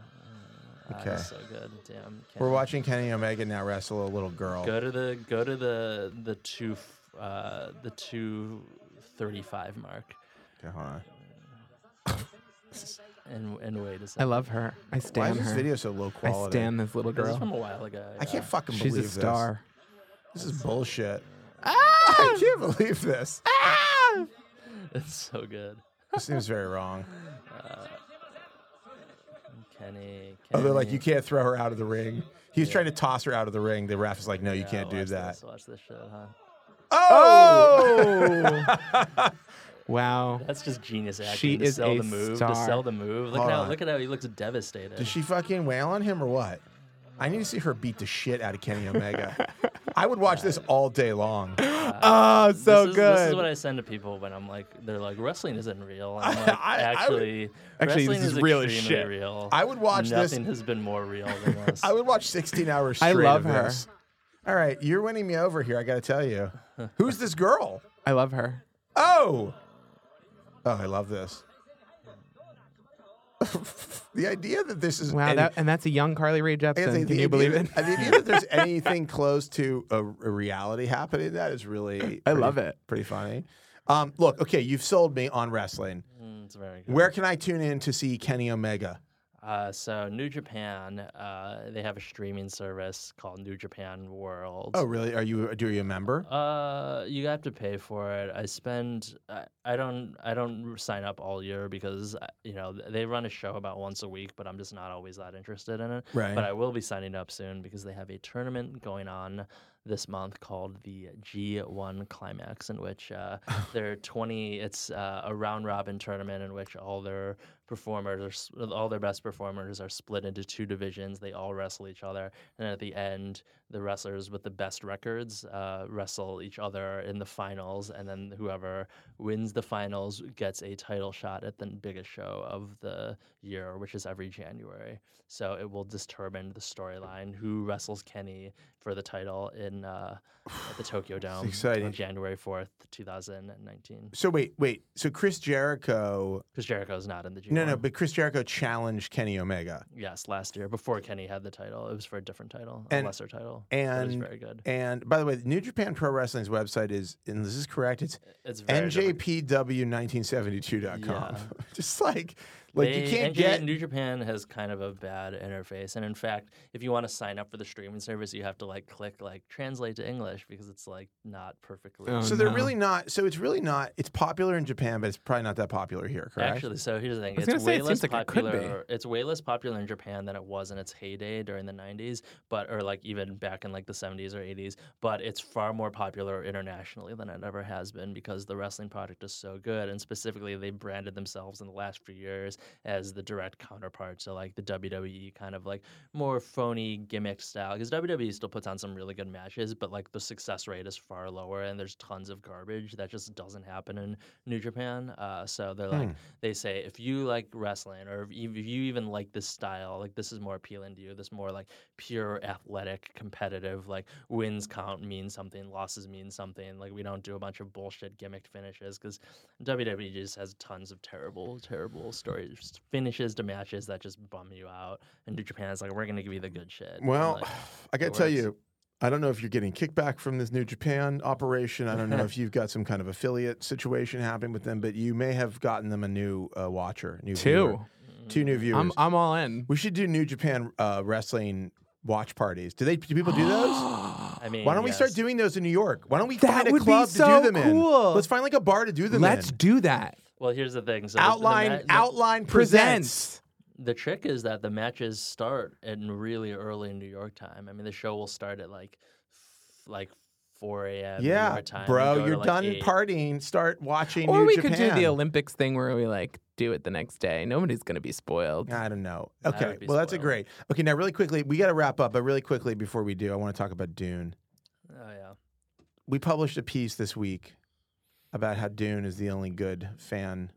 Uh, Okay. That's so good. Damn. We're Kenny. watching Kenny Omega now wrestle a little girl. Go to the go to the the two f- uh, the two thirty five mark Okay, hold on. and and wait a second. I love her. I Why stand is this her. video so low I quality? stand this little This is girl. from a while ago. I can't yeah. fucking She's believe a star. this. This is bullshit. Ah! I can't believe this. It's so good. This seems very wrong. Kenny. Kenny. Oh, they're like, you can't throw her out of the ring. He was trying to toss her out of the ring. The ref is like, no, you Yeah, can't do watch that. This, watch this shit, huh? Oh! Wow. That's just genius acting. She to is sell a the move. To star. sell the move. Look Hold at how on. look at how he looks devastated. Did she fucking wail on him or what? I need to see her beat the shit out of Kenny Omega. I would watch this all day long. Oh, so this is, good. This is what I send to people when I'm like, they're like, wrestling isn't real. I'm like, I- I would- actually, Actually, this wrestling is real as extremely shit. Real. I would watch Nothing this- has been more real than this. I would watch 16 hours I straight. love of her. this. All right, you're winning me over here, I gotta tell you. Who's this girl? I love her. Oh! Oh, I love this. the idea that this is. Wow, any- that, and that's a young Carly Rae I Jepsen. gotta say, Can the you believe idea- it? The idea that there's anything close to a, a reality happening, that is really. I pretty- love it. Pretty funny. Um, look, okay, you've sold me on wrestling. Mm, it's very good. Where can I tune in to see Kenny Omega? Uh, so New Japan, uh, they have a streaming service called New Japan World. Oh, really? Are you do you remember? Uh, you have to pay for it. I spend. I, I don't. I don't sign up all year because uh, you know th- they run a show about once a week, but I'm just not always that interested in it. Right. But I will be signing up soon because they have a tournament going on this month called the G1 Climax, in which uh, there are 20. It's uh, a round robin tournament in which all their performers, are, s- all their best performers, are split into two divisions. They all wrestle each other, and at the end, the wrestlers with the best records uh, wrestle each other in the finals, and then whoever wins the finals gets a title shot at the biggest show of the year, which is every January. So it will determine the storyline who wrestles Kenny for the title in uh, at the Tokyo Dome exciting. on January fourth, two thousand and nineteen. So wait, wait. So Chris Jericho? Because Jericho's not in the G. No, no. But Chris Jericho challenged Kenny Omega, yes, last year before Kenny had the title, it was for a different title, And- a lesser title. it was and very good. and by the way, New Japan Pro Wrestling's website is, and this is correct. It's It's very different. njpw1972.com. Yeah. Just like like you They- can't NJ get. New Japan has kind of a bad interface, and in fact, if you want to sign up for the streaming service, you have to like click like translate to English because it's like not perfectly. Oh, So they're no. really not. So it's really not. It's popular in Japan, but it's probably not that popular here. Correct. Actually, so here's the thing: was it's way gonna say, it less seems like it could be. popular. It's way less popular in Japan than it was in its heyday during the '90s, but or like even back in like the '70s or '80s. But it's far more popular internationally than it ever has been because the wrestling product is so good, and specifically they branded themselves in the last few years as the direct counterpart to like the WWE kind of like more phony gimmick style. Because WWE E still puts on some really good matches, but like the success rate is far lower, and there's tons of garbage that just doesn't happen in New Japan. Uh, so they're Hmm. like, they say, if you like wrestling or if you if you even like this style, like this is more appealing to you, this more like pure athletic, competitive, like wins count mean something, losses mean something. Like we don't do a bunch of bullshit gimmicked finishes because WWE E just has tons of terrible, terrible stories, finishes to matches that just bum you out. And New Japan is like, we're going to give you the good shit. And, Well, like, I got it to tell works. you, I don't know if you're getting kickback from this New Japan operation. I don't know if you've got some kind of affiliate situation happening with them, but you may have gotten them a new uh, watcher, new viewer. Two. two new Mm. viewers. I'm, I'm all in. we should do New Japan uh, wrestling watch parties. Do they? Do people do those? I mean, Why don't we start yes. doing those in New York? Why don't we That find a would be club so to do them cool. in? Let's find like a bar to do them Let's in. do that. Well, here's the thing. So the- the Outline ma- the- Outline presents. the trick is that the matches start in really early New York time. I mean, the show will start at like f- like 4 a.m. New yeah, York time. and go bro, to, you're like, done 8. partying. Start watching. Or New we Japan. could do the Olympics thing where we like do it the next day. Nobody's gonna be spoiled. I don't know. That Okay, would be well that's a spoiling. great. Okay, now really quickly, we got to wrap up, but really quickly before we do, I want to talk about Dune. Oh yeah. We published a piece this week about how Dune is the only good fan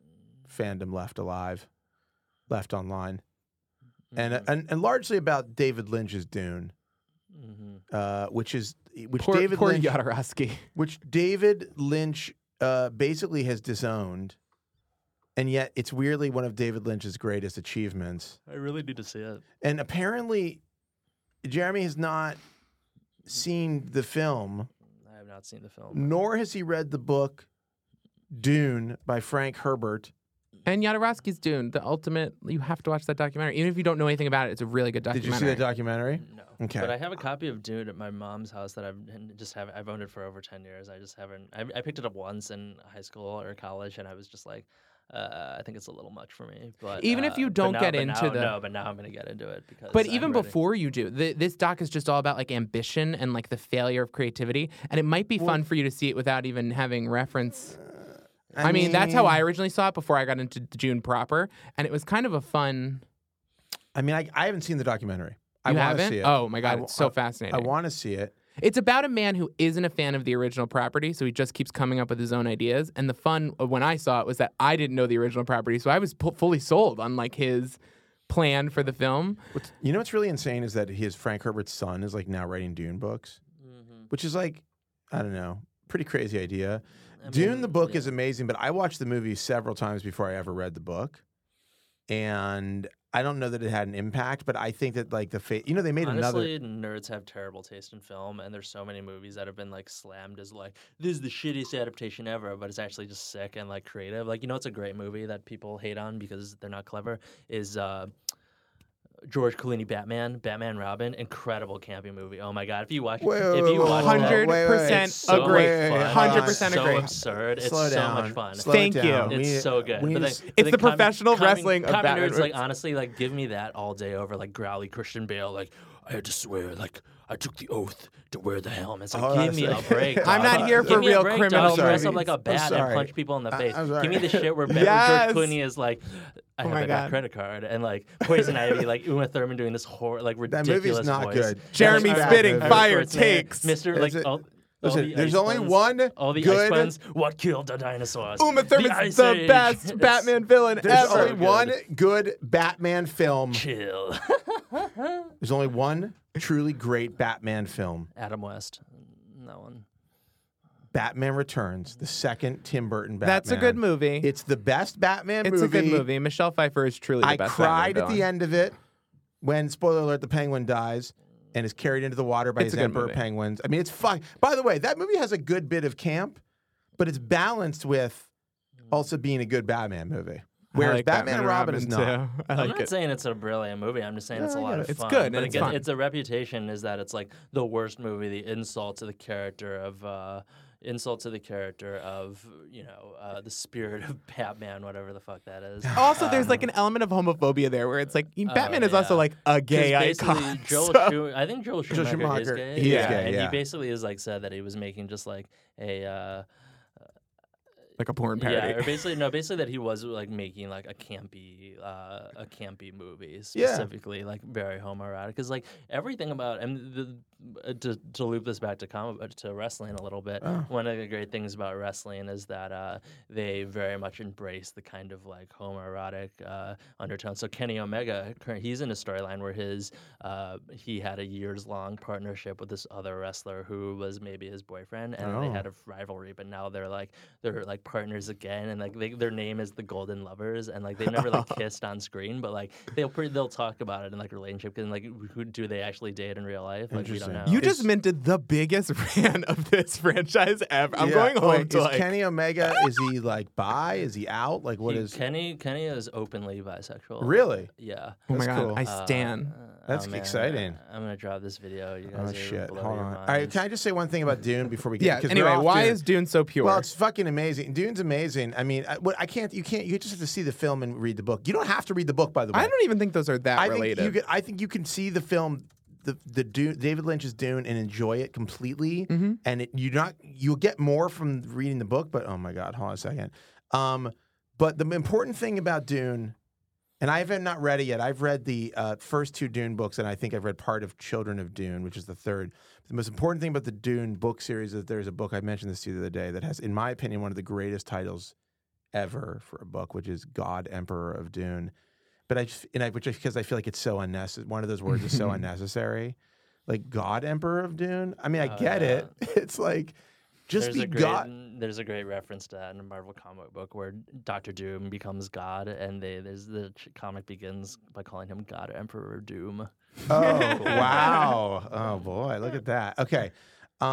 fandom left alive, left online, and, Mm-hmm. and and largely about David Lynch's Dune, hmm uh, which is which poor David poor Lynch Jodorowsky. which David Lynch uh, basically has disowned, and yet it's weirdly one of David Lynch's greatest achievements. I really need to see it. And apparently, Jeremy has not seen the film, I have not seen the Mm, film. nor has he read the book Dune by Frank Herbert. And Jodorowsky's Dune, the ultimate. You have to watch that documentary, even if you don't know anything about it. It's a really good Did documentary. you see that documentary? No. Okay. But I have a copy of Dune at my mom's house that I've and just have I've owned it for over ten years. I just haven't. I, I picked it up once in high school or college, and I was just like, uh, I think it's a little much for me. But Even if uh, you but don't now- get but into now- the- no, but now I'm gonna get into it because. But I'm even ready. before you do, th this doc is just all about like ambition and like the failure of creativity, and it might be fun for you to see it without even having reference. Uh, I, mean, that's how I originally saw it before I got into June proper, and it was kind of a fun. I mean, I, I haven't seen the documentary. I want You to haven't? see it. Oh my god, I- it's so I- fascinating. I want to see it. It's about a man who isn't a fan of the original property, so he just keeps coming up with his own ideas. And the fun of when I saw it was that I didn't know the original property, so I was pu- fully sold on like his plan for the film. What's, you know what's really insane is that his Frank Herbert's son is like now writing Dune books, Mm-hmm. which is like, I don't know, pretty crazy idea. Dune the book is amazing, but I watched the movie several times before I ever read the book, and I don't know that it had an impact. But I think that like the fa- you know they made another. Honestly, nerds have terrible taste in film, and there's so many movies that have been like slammed as like this is the shittiest adaptation ever, but it's actually just sick and like creative. Like you know, it's a great movie that people hate on because they're not clever. Is uh, George Clooney Batman, Batman Robin, incredible campy movie. Oh my god, if you watch, Wait, if wait, you wait, watch, wait, that, wait, wait, wait. percent it's so agree. much fun. 100% It's agree. So absurd. It's Slow so down. much fun. Slow Thank down. you. It's We- so good. we But need then- to- but It's then the common- professional common- wrestling of common Batman nerds, like movies. honestly, like give me that all day over like growly Christian Bale. Like I had to swear, like I took the oath to wear the helmet. It's like Oh, give that's me a like- break. I'm dog. not here Give for me a real break, criminal dog. Dress up movies. like a I'm bat and sorry. punch people in the I- face. I'm give me sorry. the shit where Yes. George Clooney is like, I Oh have my a God. credit card, and like Poison Ivy, like Uma Thurman doing this horror, like That ridiculous movie's not voice. good. And, like, Jeremy Arnold Spitting Schwarzenegger, Fire takes. Mr. Is Like. it- all- all Listen, the there's ice only buns- one all the ice good- buns. What killed the dinosaurs? Uma Thurman's the, Ice Age. best It's Batman villain There's ever. only one good Batman film. Chill. There's only one truly great Batman film. Adam West. That one. Batman Returns, the second Tim Burton Batman. That's a good movie. It's the best Batman It's movie. a good movie. Michelle Pfeiffer is truly the I best cried Batman at the villain. end of it when spoiler alert the penguin dies and is carried into the water by It's his a good emperor movie. penguins. I mean, it's fun. By the way, that movie has a good bit of camp, but it's balanced with also being a good Batman movie. I Whereas like Batman, and Robin, is not. too. I I'm like not it. saying it's a brilliant movie. I'm just saying it's a No, I lot get of it. fun. It's good and But it's again, fun. it's a reputation is that it's like the worst movie, the insult to the character of. Uh, Insult to the character of you know uh, the spirit of Batman, whatever the fuck that is. Also, there's Um, like an element of homophobia there, where it's like Batman is also yeah. like a 'Cause gay basically icon. Joel so- Schu- I think Joel Schumacher, is Schumacher, gay. he is gay, and yeah. he basically is like said that he was making just like a uh, like a porn Yeah, parody. or basically no, basically that he was like making like a campy, uh, a campy movie Yeah. specifically, like very homoerotic. Because like everything about and the, uh, to to loop this back to com- uh, to wrestling a little bit. One of the great things about wrestling is that uh, they very much embrace the kind of like homoerotic uh, undertone. So Kenny Omega, cur- he's in a storyline where his uh, he had a years long partnership with this other wrestler who was maybe his boyfriend, and they Oh. had had a rivalry, but now they're like they're like partners again, and like they, their name is the Golden Lovers, and like they never like kissed on screen, but like they'll pre- they'll talk about it in like relationship, and like who do they actually date in real life? Like we Interesting. don't know. You just minted the biggest rant of this franchise ever. I'm Yeah. going home Wait, to is like. Kenny Omega is he like bi? Is he out? Like what He- is? Kenny? Kenny is openly bisexual. Really? Yeah. oh That's my god, cool. I Uh, stan. uh, oh, That's man, exciting. I- I'm gonna drop this video. You guys Oh are shit! blow Hold your on. All right, minds. can I just say one thing about Dune before we get? yeah. 'cause we're Anyway, off why Dune. is Dune so pure? Well, it's fucking amazing. Dune's amazing. I mean, I, what I can't, you can't, you just have to see the film and read the book. You don't have to read the book, by the way. I don't even think those are that I related. Think you can, I think you can see the film, the the Dune, David Lynch's Dune, and enjoy it completely. And it, you not you'll get more from reading the book, but oh my god, hold on a second. Um, but the important thing about Dune, and I haven't not read it yet. I've read the uh, first two Dune books, and I think I've read part of Children of Dune, which is the third. The most important thing about the Dune book series is that there's a book I mentioned this to you the other day that has, in my opinion, one of the greatest titles ever for a book, which is God Emperor of Dune but I just and I which because I feel like it's so unnecessary. One of those words is so unnecessary, like God Emperor of Dune. I mean, I Oh, get yeah. it. It's like just there's be a great, God. There's a great reference to that in a Marvel comic book where Doctor Doom becomes God, and they there's the ch- comic begins by calling him God Emperor Doom. Oh wow! Oh boy, look at that. Okay,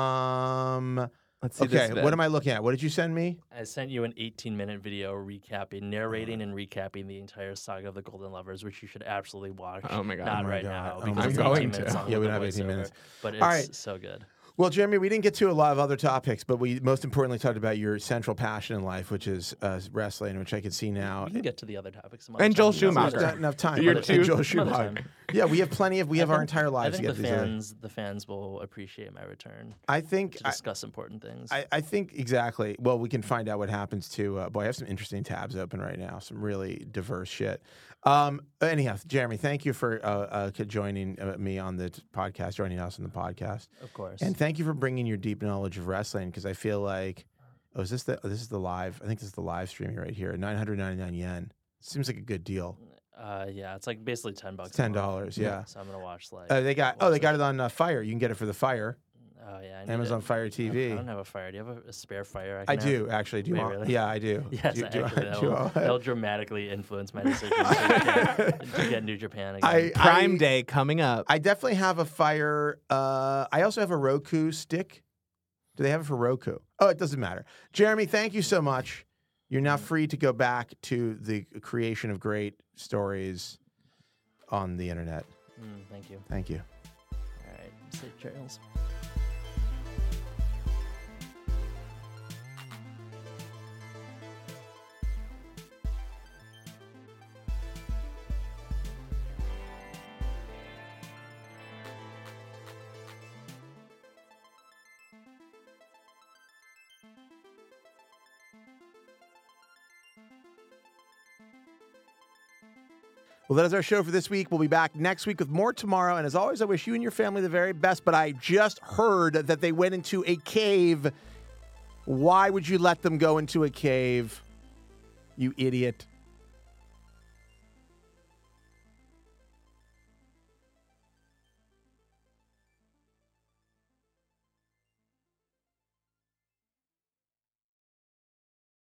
um, Let's see okay. this What am I looking at? What did you send me? I sent you an 18 minute video recapping, narrating, Uh-huh. and recapping the entire saga of the Golden Lovers, which you should absolutely watch. Oh my God. Not Oh my right God. now. Oh because my it's God. I'm 18 going minutes to. long Yeah, with we the don't have 18 voiceover, minutes. But it's All right. so good. Well, Jeremy, we didn't get to a lot of other topics, but we most importantly talked about your central passion in life, which is uh, wrestling, which I could see now. We can get to the other topics. some And other Joel time. There's That's Schumacher. not better. enough time. You're And too- Joel Some other Schumacher. time. Yeah, we have plenty of. We have I our think- entire lives I to get think the these. other- fans, the fans will appreciate my return I think to I- discuss important things. I, I think exactly. Well, we can find out what happens to. Uh, boy, I have some interesting tabs open right now. Some really diverse shit. Um, anyhow, Jeremy, thank you for uh, uh, co- joining uh, me on the t- podcast, joining us on the podcast, of course. and thank you for bringing your deep knowledge of wrestling. Because I feel like, oh, is this the? oh, this is the live. I think this is the live streaming right here. Nine hundred ninety nine yen. Seems like a good deal. Uh, yeah, it's like basically ten bucks. a month. $10, yeah. So I'm gonna watch like. Uh, they got. Oh, watch they got like- it on uh, Fire. You can get it for the Fire. Oh yeah. I need Amazon it. Fire I don't- TV. I don't have a fire. Do you have a, a spare fire? I can have? do actually. Do you Wait, want? really? Yeah, I do. Yes, do, do- actually, do- that'll, that'll dramatically influence my decision to, get, to get New Japan again. I- Prime Day coming up. I definitely have a Fire. Uh, I also have a Roku stick. Do they have it for Roku? Oh, it doesn't matter. Jeremy, thank you so much. You're now free to go back to the creation of great stories on the internet. Mm, thank you. Thank you. All right. Safe trails. Well, that is our show for this week. We'll be back next week with more tomorrow. And as always, I wish you and your family the very best. But I just heard that they went into a cave. Why would you let them go into a cave? You idiot.